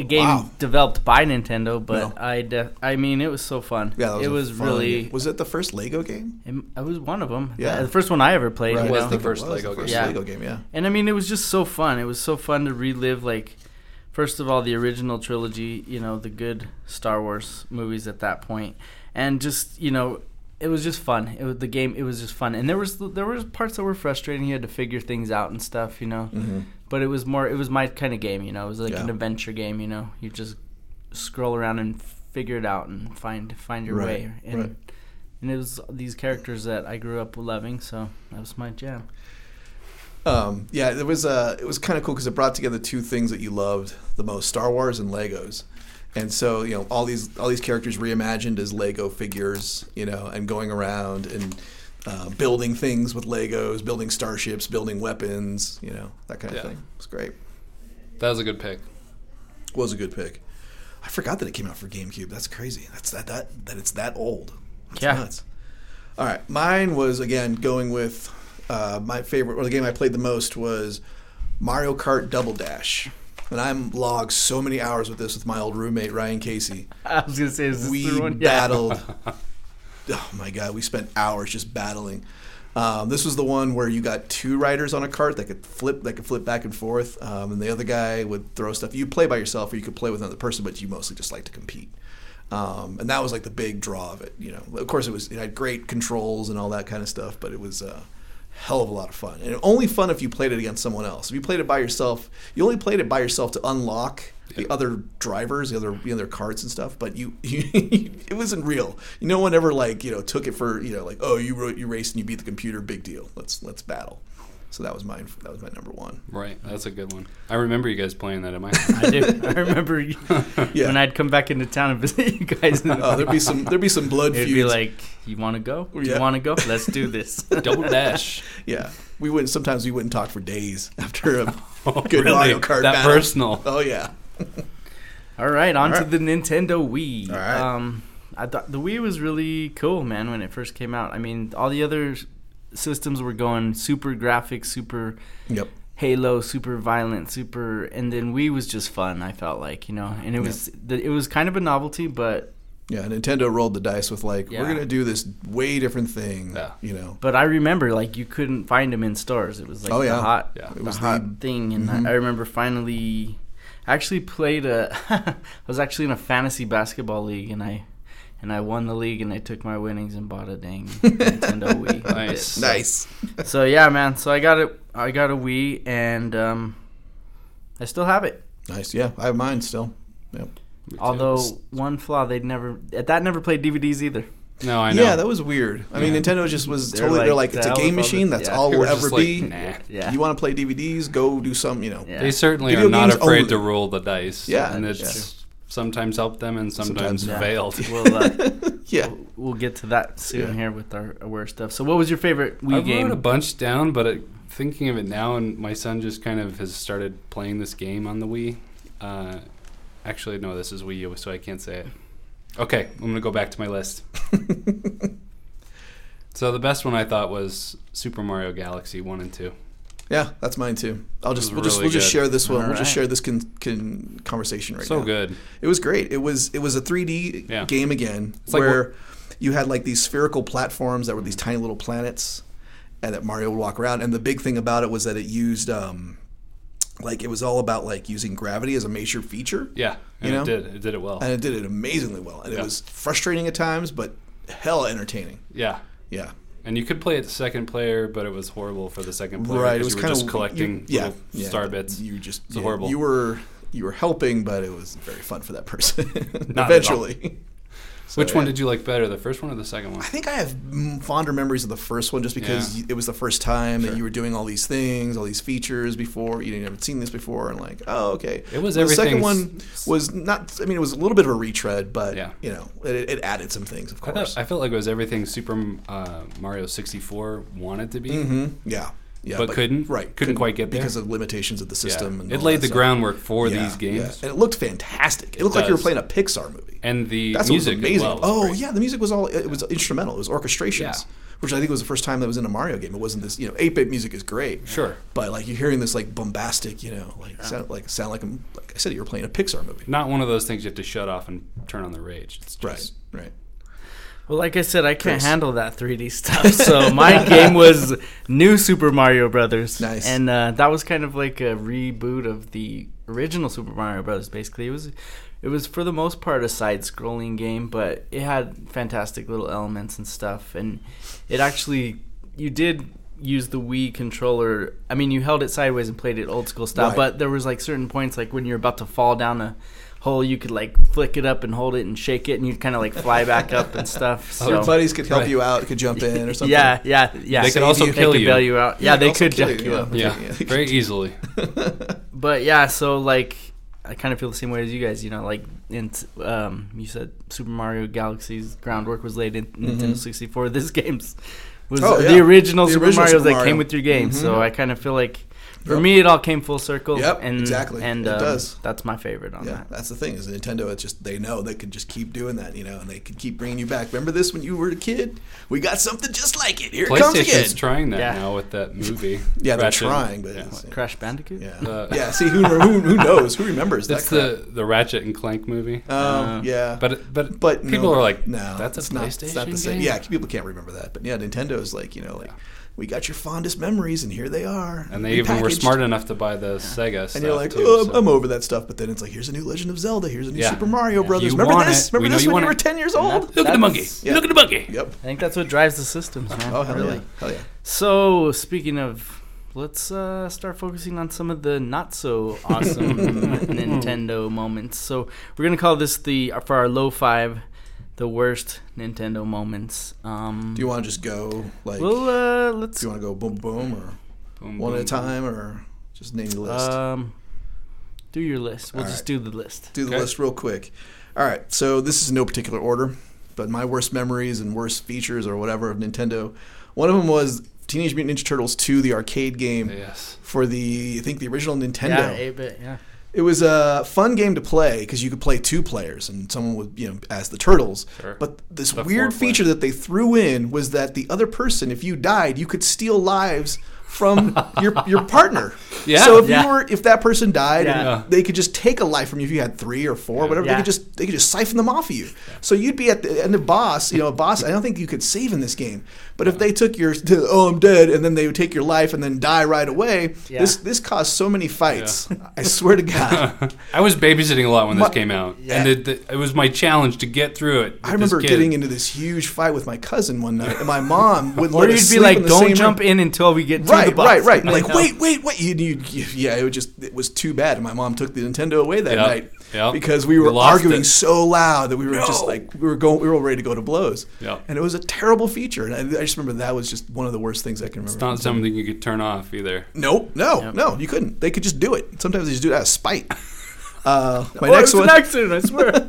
a game
Wow.
developed by Nintendo, but
No.
I de- I mean it was so fun.
Yeah, that was
it
a
was
fun
really
game. Was it the first Lego game?
it, it was one of them.
Yeah.
the first one I ever played.
Right,
you
I
was
know?
think
the first
it was
Lego
the first
game. Yeah.
Lego game. Yeah.
And I mean, it was just so fun. It was so fun to relive, like, first of all, the original trilogy, you know, the good Star Wars movies at that point, and just you know, it was just fun. It was the game. It was just fun, and there was there was parts that were frustrating. You had to figure things out and stuff, you know.
hmm
But it was more. It was my kind of game, you know. It was like an
Yeah.
adventure game, you know. You just scroll around and figure it out and find find your
Right,
way. And
right.
and it was these characters that I grew up loving, so that was my jam.
Um, yeah, it was uh, it was kind of cool because it brought together two things that you loved the most: Star Wars and Legos. And so you know all these all these characters reimagined as Lego figures, you know, and going around and uh, building things with Legos, building starships, building weapons, you know, that kind of
Yeah.
thing. It's great.
That was a good pick.
was a good pick. I forgot that it came out for GameCube. That's crazy. That's that that that it's that old. That's
Yeah.
Nuts. All right, mine was again going with uh, my favorite or the game I played the most was Mario Kart Double Dash, and I'm logged so many hours with this with my old roommate Ryan Casey.
I was gonna say, is this
we
the one?
battled. oh my god, we spent hours just battling. Um, this was the one where you got two riders on a cart that could flip, that could flip back and forth, um, and the other guy would throw stuff. You play by yourself, or you could play with another person, but you mostly just like to compete. Um, and that was like the big draw of it. You know, of course, it was it had great controls and all that kind of stuff, but it was. Uh, Hell of a lot of fun, and only fun if you played it against someone else. If you played it by yourself, you only played it by yourself to unlock the other drivers, the other the other carts and stuff. But you, you it wasn't real. No one ever like you know took it for you know like oh you wrote you raced and you beat the computer, big deal. Let's let's battle. So that was mine. That was my number one.
Right, that's a good one. I remember you guys playing that at my. house.
I do. I remember you-
Yeah.
when I'd come back into town and visit you guys. And
Oh, there'd be some there'd be some blood
it'd
feuds.
be like, "You want to go? Do
Yeah.
You want to go? Let's do this."
Double dash.
yeah, we wouldn't. Sometimes we wouldn't talk for days after a good
Really?
Mario Kart
That
battle.
personal.
Oh yeah,
All right, on
All
to
right.
the Nintendo Wii.
All right.
Um, I thought the Wii was really cool, man, when it first came out. I mean, all the other s- systems were going super graphics, super
yep.
Halo, super violent, super, and then Wii was just fun. I felt like you know, and it
Yeah.
was the, it was kind of a novelty, but
Yeah, Nintendo rolled the dice with like we're
Yeah.
gonna do this way different thing.
Yeah.
You know,
But I remember like you couldn't find them in stores. It was like
Oh, yeah.
the hot,
Yeah.
It was Mm-hmm.
the hot thing. And I I remember finally, I actually played a. I was actually in a fantasy basketball league, and I, and I won the league, and I took my winnings and bought a dang Nintendo Wii. with
Nice.
it. So-
nice.
So yeah, man. So I got it. I got a Wii, and um, I still have it.
Nice. Yeah, I have mine still. Yep.
Although one flaw, they'd never that never played DVDs either.
no, I know.
Yeah, that was weird. I mean,
Yeah.
Nintendo just was
They're
totally.
like,
they're like,
"The
it's a
hell
game
with all this-
machine. That's
yeah."
all
They
we'll
were just
ever
like,
be.
nah.
Yeah.
You want to play DVDs? Go do some. You know.
Yeah.
They certainly
Video
are not
games
afraid
only.
to roll the dice.
Yeah,
and
that's
it's sometimes helped them and sometimes,
Sometimes,
yeah.
failed.
We'll, uh,
Yeah.
we'll get to that soon
Yeah.
here with our aware stuff. So what was your favorite
I
Wii
wrote
game?
a bunch down, but it, thinking of it now, and my son just kind of has started playing this game on the Wii. Uh, actually, no, this is Wii U, so I can't say it. Okay, I'm gonna go back to my list. so the best one I thought was Super Mario Galaxy One and Two.
Yeah, that's mine too. I'll just
was
we'll just
really
we'll just
good.
share this one.
All
We'll just
right.
share this con, con conversation right
so
now.
good.
It was great. It was it was a 3D
Yeah.
game again,
It's like
where you had like these spherical platforms that were these tiny little planets, and that Mario would walk around. And the big thing about it was that it used um, like it was all about like using gravity as a major feature,
Yeah, and
You know?
it did. It did it well.
and it did it amazingly well. And it
Yeah.
was frustrating at times, but hell entertaining.
yeah,
Yeah,
and you could play it to second player, but it was horrible for the second player.
right. It
'cause
was
you were
kind
just
of
collecting
yeah,
little
yeah,
star bits.
You just
It's
yeah,
horrible.
You were you were helping, but it was very fun for that person.
all.
Eventually. So,
Which one
yeah.
did you like better, the first one or the second one?
I think I have mm, fonder memories of the first one just because y it was the first time that you were doing all these things, all these features before. You didn't have seen this before, and like, oh, okay.
It was
The second
everything's-
one was not. I mean, it was a little bit of a retread, but
Yeah.
you know, it, it added some things, of
I
course.
thought I felt like it was everything Super uh, Mario 64 wanted to be.
Mhm. Yeah, yeah,
But couldn't?
right?
Couldn't quite get there?
because of limitations of the
Yeah.
system. And
it
all
laid
that
the
stuff.
groundwork for
Yeah,
these games.
yeah. and it looked fantastic. It, looked like you were
does.
playing a Pixar movie.
And the
That's what was
music
amazing.
as well.
oh
was great.
yeah, the music was all it was instrumental. It was orchestrations,
Yeah.
which I think was the first time that was in a Mario game. It wasn't this, you know, eight bit music is great,
Sure.
but like you're hearing this like bombastic, you know, like sound like sound like I'm, like I said, you were playing a Pixar movie.
Not one of those things you have to shut off and turn on the rage. It's just,
Right, right.
Well, like I said, I can't
Chris.
handle that 3D stuff. So my game was New Super Mario Brothers.
Nice.
And uh, that was kind of like a reboot of the original Super Mario Brothers. Basically, it was it was for the most part a side-scrolling game, but it had fantastic little elements and stuff. And it actually you did use the Wii controller. I mean, you held it sideways and played it old school style,
Right.
but there was like certain points, like when you're about to fall down a hole, you could like flick it up and hold it and shake it, and you'd kind of like fly back up and stuff. So
Your buddies could help
Right.
you out, could jump in or something.
yeah, yeah, yeah.
They could also
they
kill
could
you.
bail you out. Yeah,
Yeah,
they
also
could
kill
jack
you,
you,
yeah.
up.
Yeah.
Yeah.
Very easily.
But yeah, so like, I kind of feel the same way as you guys. You know, like, in, um, you said Super Mario Galaxy's groundwork was laid in Nintendo 64. This game's was
Mm-hmm. Oh, yeah.
the original
The
Super
original
Mario's
Super
that
Mario. Mm-hmm.
came with your game. So I kind of feel like. For
Yep.
me, it all came full circle.
Yep,
and,
exactly.
And
It
um,
does.
That's my favorite on
Yeah,
that.
that's the thing is Nintendo. It's just they know they could just keep doing that, you know, and they could keep bringing you back. Remember this when you were a kid? We got something just like it. Here it comes again.
PlayStation's trying that
Yeah.
now with that movie.
yeah, they're
Ratchet.
trying, but
Yeah.
it's-
Crash Bandicoot.
yeah,
Uh,
yeah. See who who, who knows who remembers that
It's
crap?
the, the Ratchet and Clank movie.
Um,
Uh,
yeah,
but it- but
but
people
no,
are like,
no,
that's a
it's
PlayStation
not, it's not the same.
game?
Yeah, people can't remember that. But yeah, Nintendo's like, you know, like we got your fondest memories, and here they are.
And they even were
repackaged.
smart enough to buy the Sega stuff.
And you're like,
too,
oh, I'm-
so-
I'm over that stuff. But then it's like, here's a new Legend of Zelda. Here's a new
Yeah.
Super Mario Brothers.
You
Remember
want
this?
it. We
Remember
know
this
you
when
want
you were
it.
10 years
And
old?
that-
Look at
that's-
the monkey.
Yeah.
Look at the monkey.
Yep.
I think that's what drives the systems, man.
Oh hell
really.
yeah! Hell yeah!
So speaking of, let's uh, start focusing on some of the not so awesome Nintendo moments. So we're gonna call this the for our low five, the worst Nintendo moments. Um,
Do you want to just go like?
well, uh, let's.
do you want to go boom boom or
Boom,
one at a
boom, boom.
time or just name your list?
um, do your list. We'll
All
just
right.
do the list.
do the
Okay.
list real quick. All right, so this is no particular order, but my worst memories and worst features or whatever of Nintendo. One of them was Teenage Mutant Ninja Turtles 2, the arcade game
Yes.
for the I think the original
Yeah,
Nintendo.
eight bit. Yeah.
It was a fun game to play because you could play two players and someone would, you know, as the turtles.
Sure.
But this
The
weird
four-player.
feature that they threw in was that the other person, if you died, you could steal lives from your your partner.
Yeah.
So if
Yeah.
you were if that person died, and
Yeah.
they could just take a life from you if you had three or four, or whatever. They
Yeah.
could just they could just siphon them off of you. So you'd be at the end of boss, you know, a boss. I don't think you could save in this game. But if they took your oh I'm dead, and then they would take your life and then die right away.
Yeah.
This this caused so many fights. I swear to God.
I was babysitting a lot when this
My-
came out,
Yeah.
and it, it was my challenge to get through it.
I remember getting into this huge fight with my cousin one night, and my mom would
Or
let
you'd
us
be
sleep in
like,
the
"Don't
same
jump
room."
in until we get to
Right,
the box."
right, right. Like,
No.
wait, wait, wait. You, you, you, yeah, it was just it was too bad. And my mom took the Nintendo away that
Yep,
night
yep.
because we
We
were
lost
arguing
it.
so loud that we were just
No.
like we were going, we were all ready to go to blows.
Yep.
And it was a terrible feature, and I, I just remember that was just one of the worst things I can remember.
It's not something you could turn off either.
nope, no,
Yep.
no, you couldn't. They could just do it. Sometimes they just do it out of spite. Uh, my
Oh,
next
it was
one.
an accident. I swear.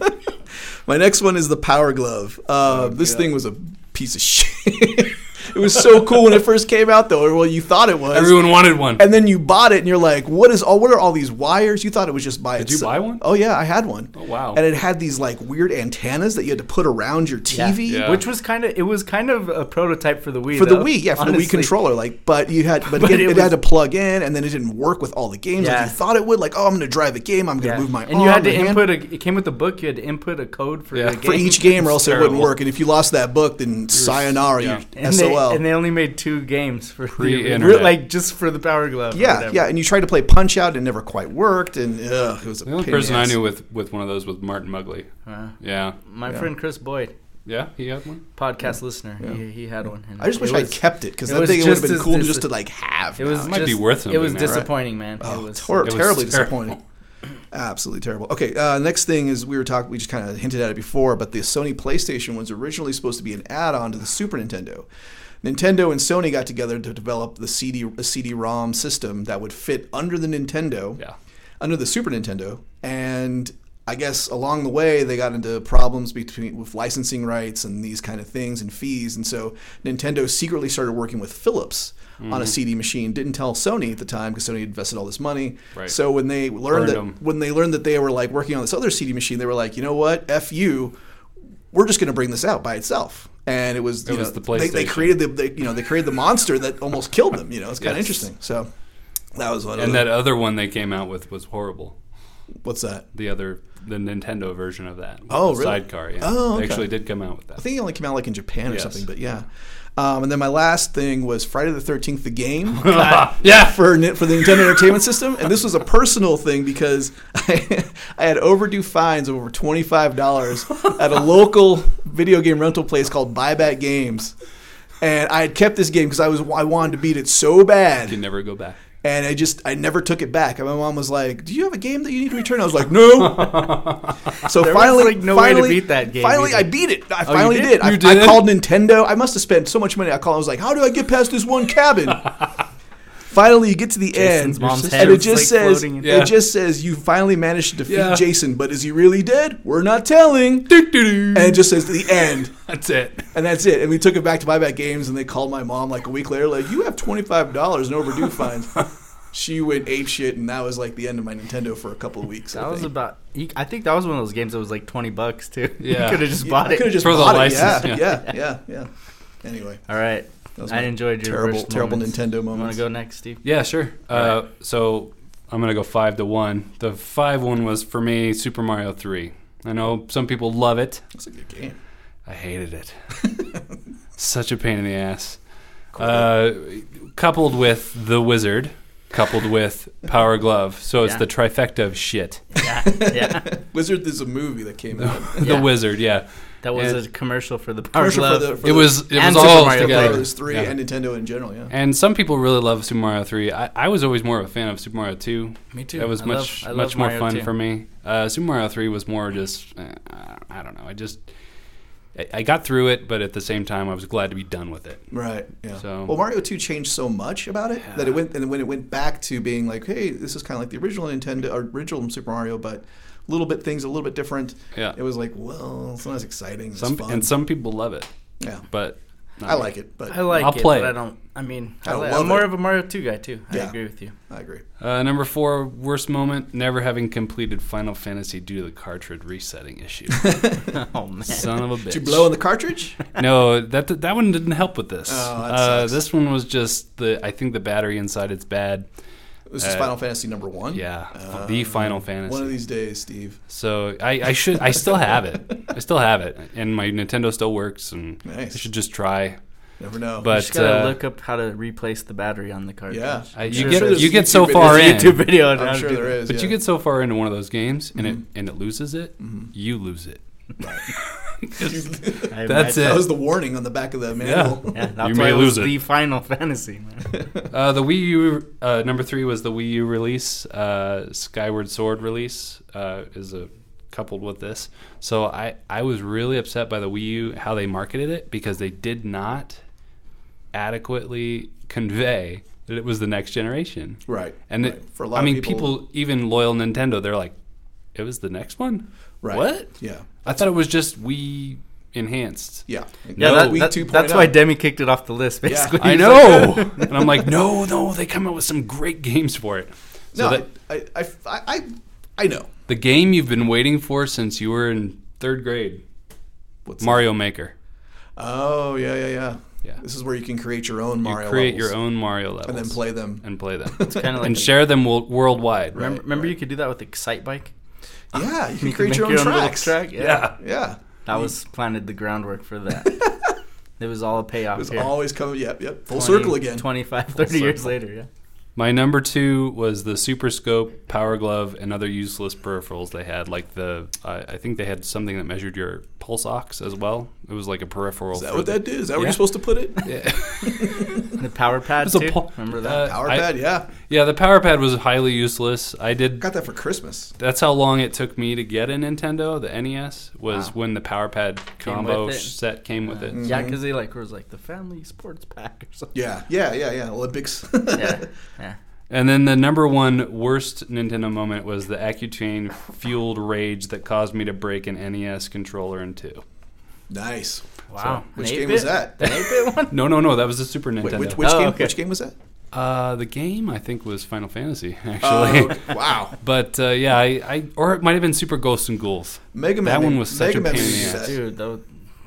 My next one is the Power Glove. Uh, this
God.
thing was a piece of shit. It was so cool when it first came out, though. Or well, you thought it was.
Everyone wanted one.
and then you bought it, and you're like, "What is all? What are all these wires?" You thought it was just by
Did you
itself.
buy one?
Oh yeah, I had one.
Oh, wow.
And it had these like weird antennas that you had to put around your TV.
Yeah.
Which was kind of it was kind of a prototype for the Wii.
For the
though,
Wii, yeah, for the Wii
honestly.
controller, like, but you had, but,
But
it,
it
it had
was-
to plug in, and then it didn't work with all the games
Yeah.
like you thought it would. Like, oh, I'm going to drive a game, I'm going to
Yeah.
move my
and
arm,
you had
my
to
hand.
input. A, it came with a book. You had to input a code for
Yeah.
the game.
for each game, or else it wouldn't
terrible.
work. And if you lost that book, then sayonara,
yeah.
you
and They,
SOL.
and they only made two games for the
Pre-internet.
like just for the Power Glove. or
yeah,
whatever.
yeah, and you tried to play Punch Out, and it never quite worked. And ugh, it was a
The only
pain in the
person I
ass.
knew with, with one of those was Martin Mugley.
Uh,
Yeah.
my
Yeah.
friend Chris Boyd,
Yeah, he had one.
podcast listener, He, he had one. and
I just
it
wish
was,
I'd kept it because
it
that
was
thing would have
just
been
as
cool
dis-
just to like have.
It was
now.
It might be
just-
worth
It was
something now, right?
disappointing, man.
Oh,
it was
ter-
It was
terribly
terrible.
disappointing. Absolutely terrible. Okay, uh, next thing is we were talking. We just kind of hinted at it before, but the Sony PlayStation was originally supposed to be an add-on to the Super Nintendo. Nintendo and Sony got together to develop the CD a CD-ROM system that would fit under the Nintendo,
Yeah.
under the Super Nintendo, and I guess along the way they got into problems between with licensing rights and these kind of things and fees, and so Nintendo secretly started working with Philips
Mm-hmm.
on a CD machine. Didn't tell Sony at the time because Sony invested all this money.
Right.
So when they learned
Burned
that
'em.
when they learned that they were like working on this other CD machine, they were like, you know what, f you, we're just going to bring this out by itself. And it was,
It
you
was
know,
the
They, they
PlayStation.
created the they, you know they created the monster that almost killed them. You know, it's kind of
Yes.
interesting. So that was one. of
And
the-
that other one they came out with was horrible.
what's that?
The other, the Nintendo version of that.
Oh,
The
really?
Sidecar, yeah.
Oh, okay.
They actually did come out with
I
that.
think it only came out like in Japan or
Yes.
something. But yeah. Um, and then my last thing was Friday the Thirteenth, the game.
Ah, yeah.
for Ni- for the Nintendo Entertainment System, and this was a personal thing because I, I had overdue fines of over twenty five dollars at a local video game rental place called Buyback Games, and I had kept this game because I was I wanted to beat it so
You
bad,
never go back.
and I just I never took it back. And my mom was like, "Do you have a game that you need to return?" I was like, "No." So
There was,
finally,
like, no way to
finally,
beat that game
Finally,
either. Oh,
I beat it. I finally
did?
did. I,
You did?
I called Nintendo. I must have spent so much money. I called. I was like, "How do I get past this one cabin?" finally, you get to the
Jason's
end,
mom's
and
head
it
was,
just
like,
says,
floating in-
Yeah.
"It just says you finally managed to defeat
Yeah.
Jason, but is he really dead? We're not telling."
Doo-doo-doo.
And it just says the end,
That's it.
and that's it. And we took it back to buyback games, and they called my mom like a week later, like, "You have twenty five dollars in overdue fines." She went ape shit, and that was like the end of my Nintendo for a couple of weeks.
That
I
was
think.
about. you- I think that was one of those games that was like twenty bucks too.
Yeah.
you could have just bought it.
Could have just
For the
bought it.
license,
Yeah,
yeah.
yeah, yeah, yeah. Anyway,
All right,
that was
I
my
enjoyed your
terrible,
worst
terrible
moments.
Nintendo
You want
moments.
to go next, Steve?
Yeah, sure. Uh, So I'm gonna go five to one. The five one was for me Super Mario Three. I know some people love it.
That's a good game.
I hated it. Such a pain in the ass. Uh, coupled with the Wizard, coupled with Power Glove, so it's
Yeah.
the trifecta of shit.
Yeah, yeah.
Wizard is a movie that came out.
the
Yeah.
Wizard, yeah.
That was
And-
a commercial for the Power
Commercial
Glove.
for the, for
It
the-
was it
and
was
Super
all
Mario
together.
Brothers three
Yeah.
and Nintendo in general. Yeah,
And some people really love Super Mario 3. I, I was always more of a fan of Super Mario 2.
Me too.
That was
I
much
love- I
much
love
more
Mario
fun
2.
for me. Uh, Super Mario 3 was more just, uh, I don't know. I just, I, I got through it, but at the same time, I was glad to be done with it.
right. Yeah.
So-
Well, Mario Two changed so much about it that it went, and when it went back to being like, hey, this is kind of like the original Nintendo, or original Super Mario, but a little bit things a little bit different.
Yeah.
It was like, well, it's not as exciting. It's
Some
fun.
And some people love it,
yeah,
but. not
I
me.
like it, but
I like
I'll
it,
play
but
it.
I don't. I mean,
I
I
don't
li-
love
I'm more
it.
of a Mario Two guy too. I
Yeah.
agree with you.
I agree.
Uh, number four, worst moment, never having completed Final Fantasy due to the cartridge resetting issue.
Oh man,
Son of a bitch.
Did you blow on the cartridge?
no, that that one didn't help with this.
Oh, that
uh,
sucks.
this one was just the. I think the battery inside it's bad.
This is
Uh,
Final Fantasy number one.
Yeah,
Uh,
the Final Fantasy.
One of these days, Steve.
So I, I should. I still have it. I still have it, and my Nintendo still works, and
Nice.
I should just try.
Never know.
you
But
just gotta
uh,
look up how to replace the battery on the cartridge.
Yeah.
I-
I'm
you
sure
get
there's-
you get so
YouTube
far in,
videos.
YouTube video. on how
I'm
to
sure
do
there
that.
is. Mm-hmm.
but
yeah.
you get so far into one of those games, and it and it loses it.
Mm-hmm.
You lose it.
I
That's
imagine-
That
it.
was the warning on the back of the manual.
Yeah, that's
may
why it was
lose it.
the Final Fantasy. Man.
Uh, the Wii U uh, number three was the Wii U release. Uh, Skyward Sword release uh, is a coupled with this. So I I was really upset by the Wii U how they marketed it because they did not adequately convey that it was the next generation.
Right.
And
right.
it,
for a lot
I mean,
of people,
people, even loyal Nintendo, they're like, it was the next one.
Right.
What?
Yeah.
I thought it was just Wii enhanced.
Yeah.
Yeah,
No,
that-
we
that-
2.0.
that's why Demi kicked it off the list. Basically,
I know, and I'm like, no, no, they come out with some great games for it. So
no,
that
I, I, I, I, I know.
the game you've been waiting for since you were in third grade,
What's
Mario Maker.
Oh yeah, yeah, yeah.
Yeah.
This is where you can create your own Mario.
you create
levels
your own Mario levels
and then play them.
and play them
kind of like
and share them wo- worldwide.
Remember, remember you could do that with the Bike.
yeah, you can create your own tracks.
track. Yeah.
Yeah.
Yeah,
that was planted the groundwork for that. it was all a payoff.
it was
here.
always coming. Yep, yep. Full
20,
circle again.
25, 30 years later. Yeah.
My number two was the Super Scope, Power Glove, and other useless peripherals they had. Like the, I I think they had something that measured your pulse ox as well. It was like a peripheral.
Is that
for
what
the-
that did? Is that where
Yeah.
you're supposed to put it?
And the power pad
was a
too.
pol-
Remember that?
uh,
Power
I-
pad. Yeah,
Yeah, the power pad was highly useless. I did.
got that for Christmas.
That's how long it took me to get a Nintendo. The NES was
Wow.
when the power pad combo
with it.
set came with it.
yeah, because they like was like the family sports pack or something.
mm-hmm. Yeah, yeah, yeah, yeah. Olympics.
Yeah. yeah.
And then the number one worst Nintendo moment was the Accuchain fueled rage that caused me to break an NES controller in two.
nice.
Wow.
Which
An
game
8-bit?
was that?
An 8-bit one?
No, no, no, that was the Super Nintendo.
Wait, which, which
Oh,
game?
okay.
Which game was that?
uh, the game I think was Final Fantasy
Oh,
actually.
wow,
but uh, yeah, I, I or it might have been Super Ghosts and Ghouls.
Mega Man.
That
made-
one was such
Mega
a
Man
pain in
made
the
that.
ass.
Dude, those,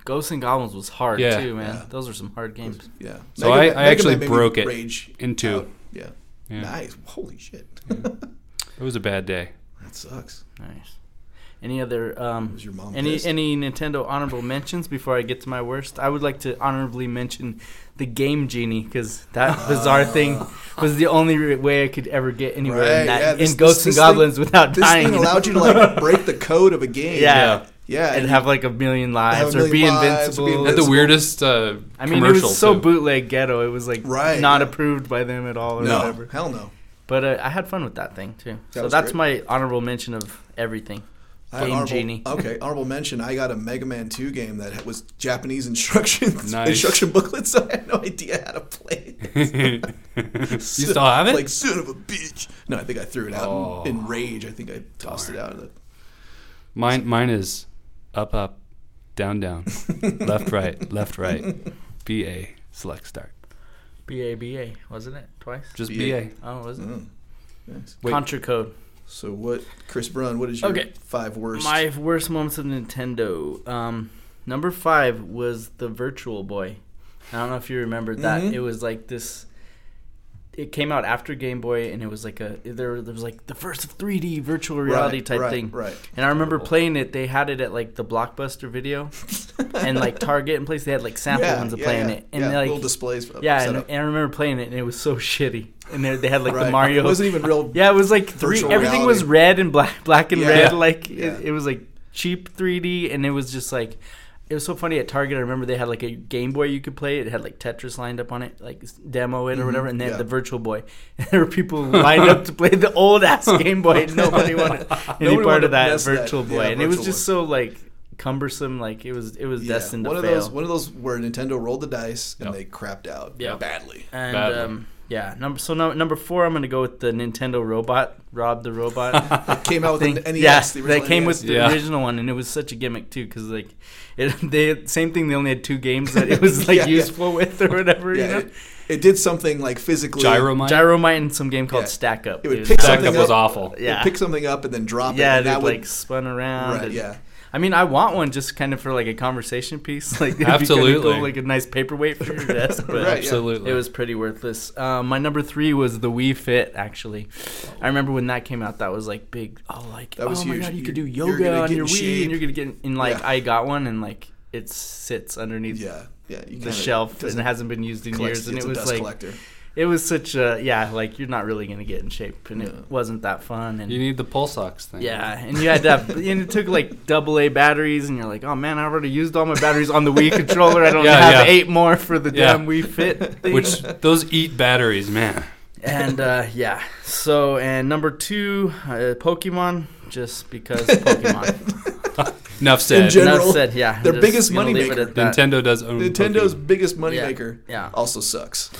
Ghosts and Goblins was hard
Yeah.
too, man.
Yeah.
Those are some hard games.
Yeah.
So I- I
Man
actually
made me
broke it
rage
in two.
out. Yeah.
Yeah.
Nice. Holy shit.
It was a bad day.
that sucks.
Nice. Any other um,
Was your mom
any
pissed?
any Nintendo honorable mentions before I get to my worst? I would like to honorably mention the Game Genie because that bizarre thing was the only re- way I could ever get anywhere in, that, in Ghosts and
thing-
Goblins without
this
dying.
thing
you know?
allowed you to like break the code of a game.
yeah.
yeah,
and have like a million lives
million
or be
lives, or be
invincible.
Had
That's
the
cool.
weirdest uh,
I mean, it
commercial.
was so
too.
bootleg ghetto. It was like
Right,
not
yeah.
approved by them at all or
no,
whatever.
hell no.
But uh, I had fun with that thing too. so
was
that's my honorable mention of everything.
I had
Game
honorable-
Genie.
Okay, honorable mention. I got a Mega Man Two game that ha- was Japanese instructions,
Nice.
instruction booklets. So I had no idea how to play. it.
you still have it?
Like son of a bitch. No, I think I threw it out
Oh.
in, in rage. I think I tossed it out of the.
Mine, mine is up, up, down, down, left, right, left, right, B A select start,
B A B A wasn't it twice?
just B
BA.
A.
Oh, was it?
Mm, Nice.
Wait.
Contra code.
So what, Chris Brun? What is your
Okay.
five worst?
My worst moments of Nintendo. Um, number five was the Virtual Boy. I don't know if you remembered that.
Mhm.
It was like this. It came out after Game Boy, and it was like a there. There was like the first 3D virtual
Right,
reality type
right,
thing.
Right.
And I remember
Terrible.
playing it. They had it at like the Blockbuster video and like Target and place. They had like sample ones of playing
yeah.
it, and
yeah,
like
little displays. up-
yeah.
set
And,
up.
and I remember playing it, and it was so shitty. And they, they had like the
Right.
Mario.
It wasn't even real.
Yeah, it was like three.
Virtual
Everything was
reality.
red and black, black and
Yeah.
red.
Yeah.
Like
Yeah.
it, it was like cheap 3D, and it was just like it was so funny at Target. I remember they had like a Game Boy you could play. It had like Tetris lined up on it, like s- demo it or whatever, and they
Mm-hmm. yeah.
had the Virtual Boy. And there were people lined up to play the old ass Game Boy. and Nobody wanted any
Nobody
part
wanted
of
to
that
mess that-
Virtual
yeah,
Boy, and it was
Virtual
just so like cumbersome. Like it was, it was
Yeah,
destined to
one of
fail.
those one of those where Nintendo rolled the dice and
Yep.
they crapped out
Yep.
badly.
And
Badly.
um, yeah, number so no, number four, I'm gonna go with the Nintendo robot, Rob the robot.
It came out with
thing.
an NES.
yeah,
the
that
original E
came
NES.
with the
Yeah.
original one, and it was such a gimmick too, because like, it, they same thing. They only had two games that it was like
Yeah, yeah.
useful with or whatever.
yeah,
you know?
it, it did something like physically.
Gyromite.
Gyromite and some game called
Yeah.
Stack Up.
It would
dude.
pick
Stack
something
up was
up.
awful.
it
yeah,
picked something up and then drop it.
yeah,
and
it
that
would,
would
like spun around.
right.
and-
Yeah,
I mean, I want one just kind of for like a conversation piece, like it'd be kinda
Absolutely.
cool, like a nice paperweight for your desk. But
Right, yeah.
Absolutely.
It was pretty worthless. Um, my number three was the Wii Fit. Actually, I remember when that came out. That was like big. Oh, like
That was
oh my
huge.
god, you could do
You're- you're gonna
yoga on
get
your
in
Wii,
shape.
and you're gonna get in. Like
Yeah.
I got one, and like it sits underneath
yeah, yeah. You
the
kinda-
shelf, and
doesn't
it hasn't been used in
collect-
years. And
it's
it
a
was
dust
like
collector.
it was such a yeah, like you're not really gonna get in shape, and
No.
it wasn't that fun. And
You need the pulse ox thing.
yeah, and you had to have, and it took like double A batteries, and you're like, oh man, I already used all my batteries on the Wii controller. I don't
Yeah,
have
yeah.
eight more for the
Yeah.
damn Wii Fit thing.
Which those eat batteries, man.
and uh, yeah, so and number two, uh, Pokemon, just because Pokemon.
Enough said.
In general-
Enough said. Yeah,
their
just
biggest
gonna leave
moneymaker.
it at that.
Nintendo does own
Nintendo's
Pokemon.
biggest
Yeah,
moneymaker
yeah.
also sucks.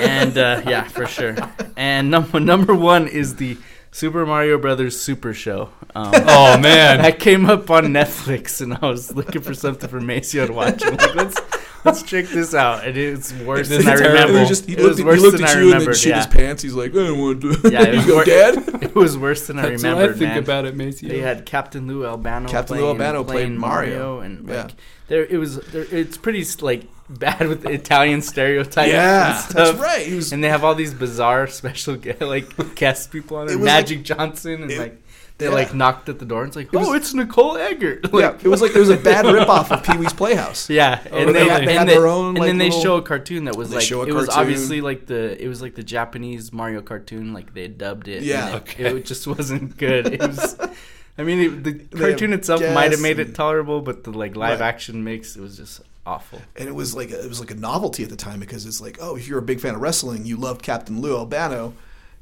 and uh, yeah, for sure. And number number one is the Super Mario Brothers Super Show. Um,
Oh man,
that came up on Netflix, and I was looking for something for Maceo to watch. I'm like, let's let's check this out. And it's worse
This
than I
is terrible.
remember.
It
Apple.
was just he looked, at, he looked at you and then shit
yeah.
his pants. He's like, I don't want to.
Yeah, it
you
was
go,
wor-
Dad.
It was worse than I
that's
remembered.
what I think
man.
about it, Macy.
They had Captain Lou Albano.
Captain Lou
playing,
Albano
playing
played Mario.
Mario, and
Yeah.
like there it was. There, it's pretty like bad with the Italian stereotypes. and
yeah,
stuff.
that's right. He was.
And they have all these bizarre special gu- like guest people on
It
it,
was like-
Magic Johnson, and
it-
like they
yeah.
like knocked at the door and it's like,
was-
oh, it's Nicole Eggert.
yeah,
Like,
it was like there was a bad ripoff of Pee Wee's Playhouse.
yeah, and they,
really? They
Oh, had
and,
their
they-
own,
and
like,
then they
little-
show a cartoon that was
They
like
show a
it was
cartoon.
obviously like the it was like the Japanese Mario cartoon like they dubbed it. and
Yeah.
it,
Okay.
it just wasn't good. It was, I mean, it, the
They
cartoon
have
itself might
gas
have made
and-
it tolerable, but the like live
Right.
action mix it was just awful.
and it was like a, it was like a novelty at the time because it's like, oh, if you're a big fan of wrestling, you loved Captain Lou Albano,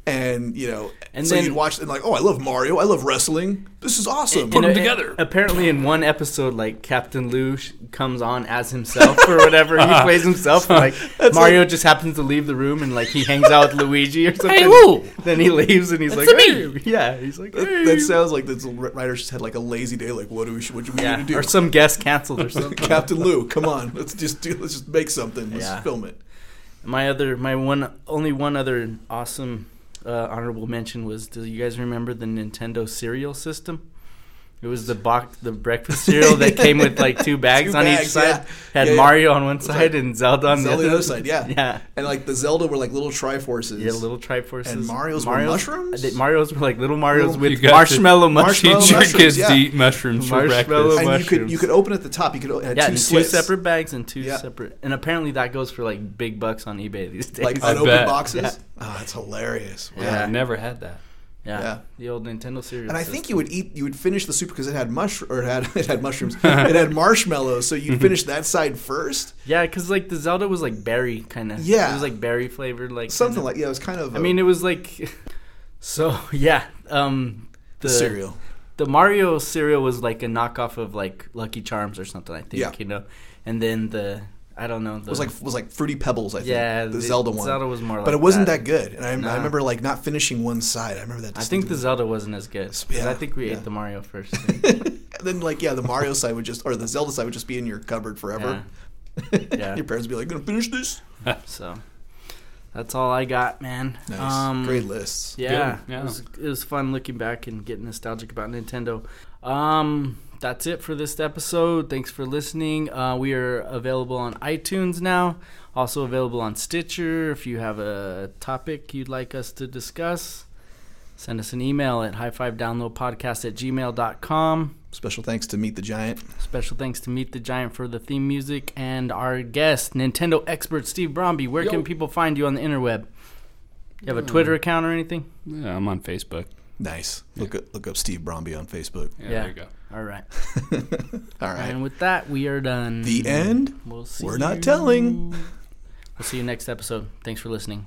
and you know,
And
so
then-
you'd watch and like, oh, I love Mario, I love wrestling, this is awesome.
And
them
a-
together.
Apparently, in one episode, like Captain Lou sh- comes on as himself or whatever. He plays himself. And, like Mario just happens to leave the room and like he hangs out with Luigi or something.
Lou!
Then he leaves and he's
It's
like,
me.
"Hey." yeah, he's like,
that,
"Hey."
that sounds like the writers just had like a lazy day. Like, what do we what do we
yeah,
need to do?
or some guest canceled or something.
Captain Lou, come on, let's just do, let's just make something, let's
Yeah.
film it.
my other, my one, only one other awesome uh, honorable mention was: Do you guys remember the Nintendo cereal system? It was the box, the breakfast cereal that came with like two bags
Two
on each
bags,
side.
yeah.
Had
Yeah, yeah.
Mario on one
like
side and Zelda on
Zelda
the
the
other.
other side, yeah.
Yeah.
And like the Zelda were like little Triforces.
Yeah, little Triforces.
And Mario's were mushrooms?
uh, they- Mario's were like little Mario's
you
with
got
marshmallow
marshmallow
mushrooms.
Teach your
mushrooms,
kids
yeah.
to eat mushrooms for
Marshmallow
and
breakfast.
you could
mushrooms.
you could open at the top. You could o- had
Yeah,
two
and two
slits,
separate bags and two
Yeah.
separate. And apparently that goes for like big bucks on eBay these days.
like
yeah.
uh,
I
unopened
bet.
boxes.
Yeah.
Ah, that's hilarious. Wow.
Yeah.
I never had that.
yeah.
the old Nintendo series.
And I think you would eat, you would finish the soup because it had mush or it had it had mushrooms, it had marshmallows. So
Mhm.
you'd finish that side first,
yeah, because like the Zelda was like berry kind of.
Yeah.
it was like berry flavored, like
something
kinda-
like yeah. It was kind of.
I mean, it was like. So yeah, um,
the, cereal.
the Mario cereal was like a knockoff of like Lucky Charms or something. I think
Yeah.
you know, and then the I don't know. The,
It was like was like fruity pebbles. I think.
yeah,
the Zelda one.
Zelda was more, like
but it wasn't that, good, and I, I
Nah.
remember like not finishing one side. I remember that.
I think the Zelda wasn't as good. 'cause
Yeah,
I think we
yeah.
ate the Mario first.
distinctly. then like yeah, the Mario side would just or the Zelda side would just be in your cupboard forever.
Yeah.
your parents would be like, "Gonna finish this."
so that's all I got, man.
Nice, great lists.
Um, Yeah,
Good, yeah.
It, was, it was fun looking back and getting nostalgic about Nintendo. Um, that's it for this episode. Thanks for listening. Uh, we are available on iTunes now, also available on Stitcher. If you have a topic you'd like us to discuss, send us an email at high five download podcast at gmail.com.
Special thanks to Meet the Giant.
Special thanks to Meet the Giant for the theme music and our guest, Nintendo expert Steve Bromby. Where
Yo. Hmm.
can people find you on the interweb? You have a Twitter account or anything?
Yeah, I'm on Facebook.
Nice. Look up, look up Steve Bromby on Facebook.
Yeah,
Yeah.
there you go.
All right.
All right.
And with that, we are done.
The end.
We'll see
We're not telling.
We'll see you next episode. Thanks for listening.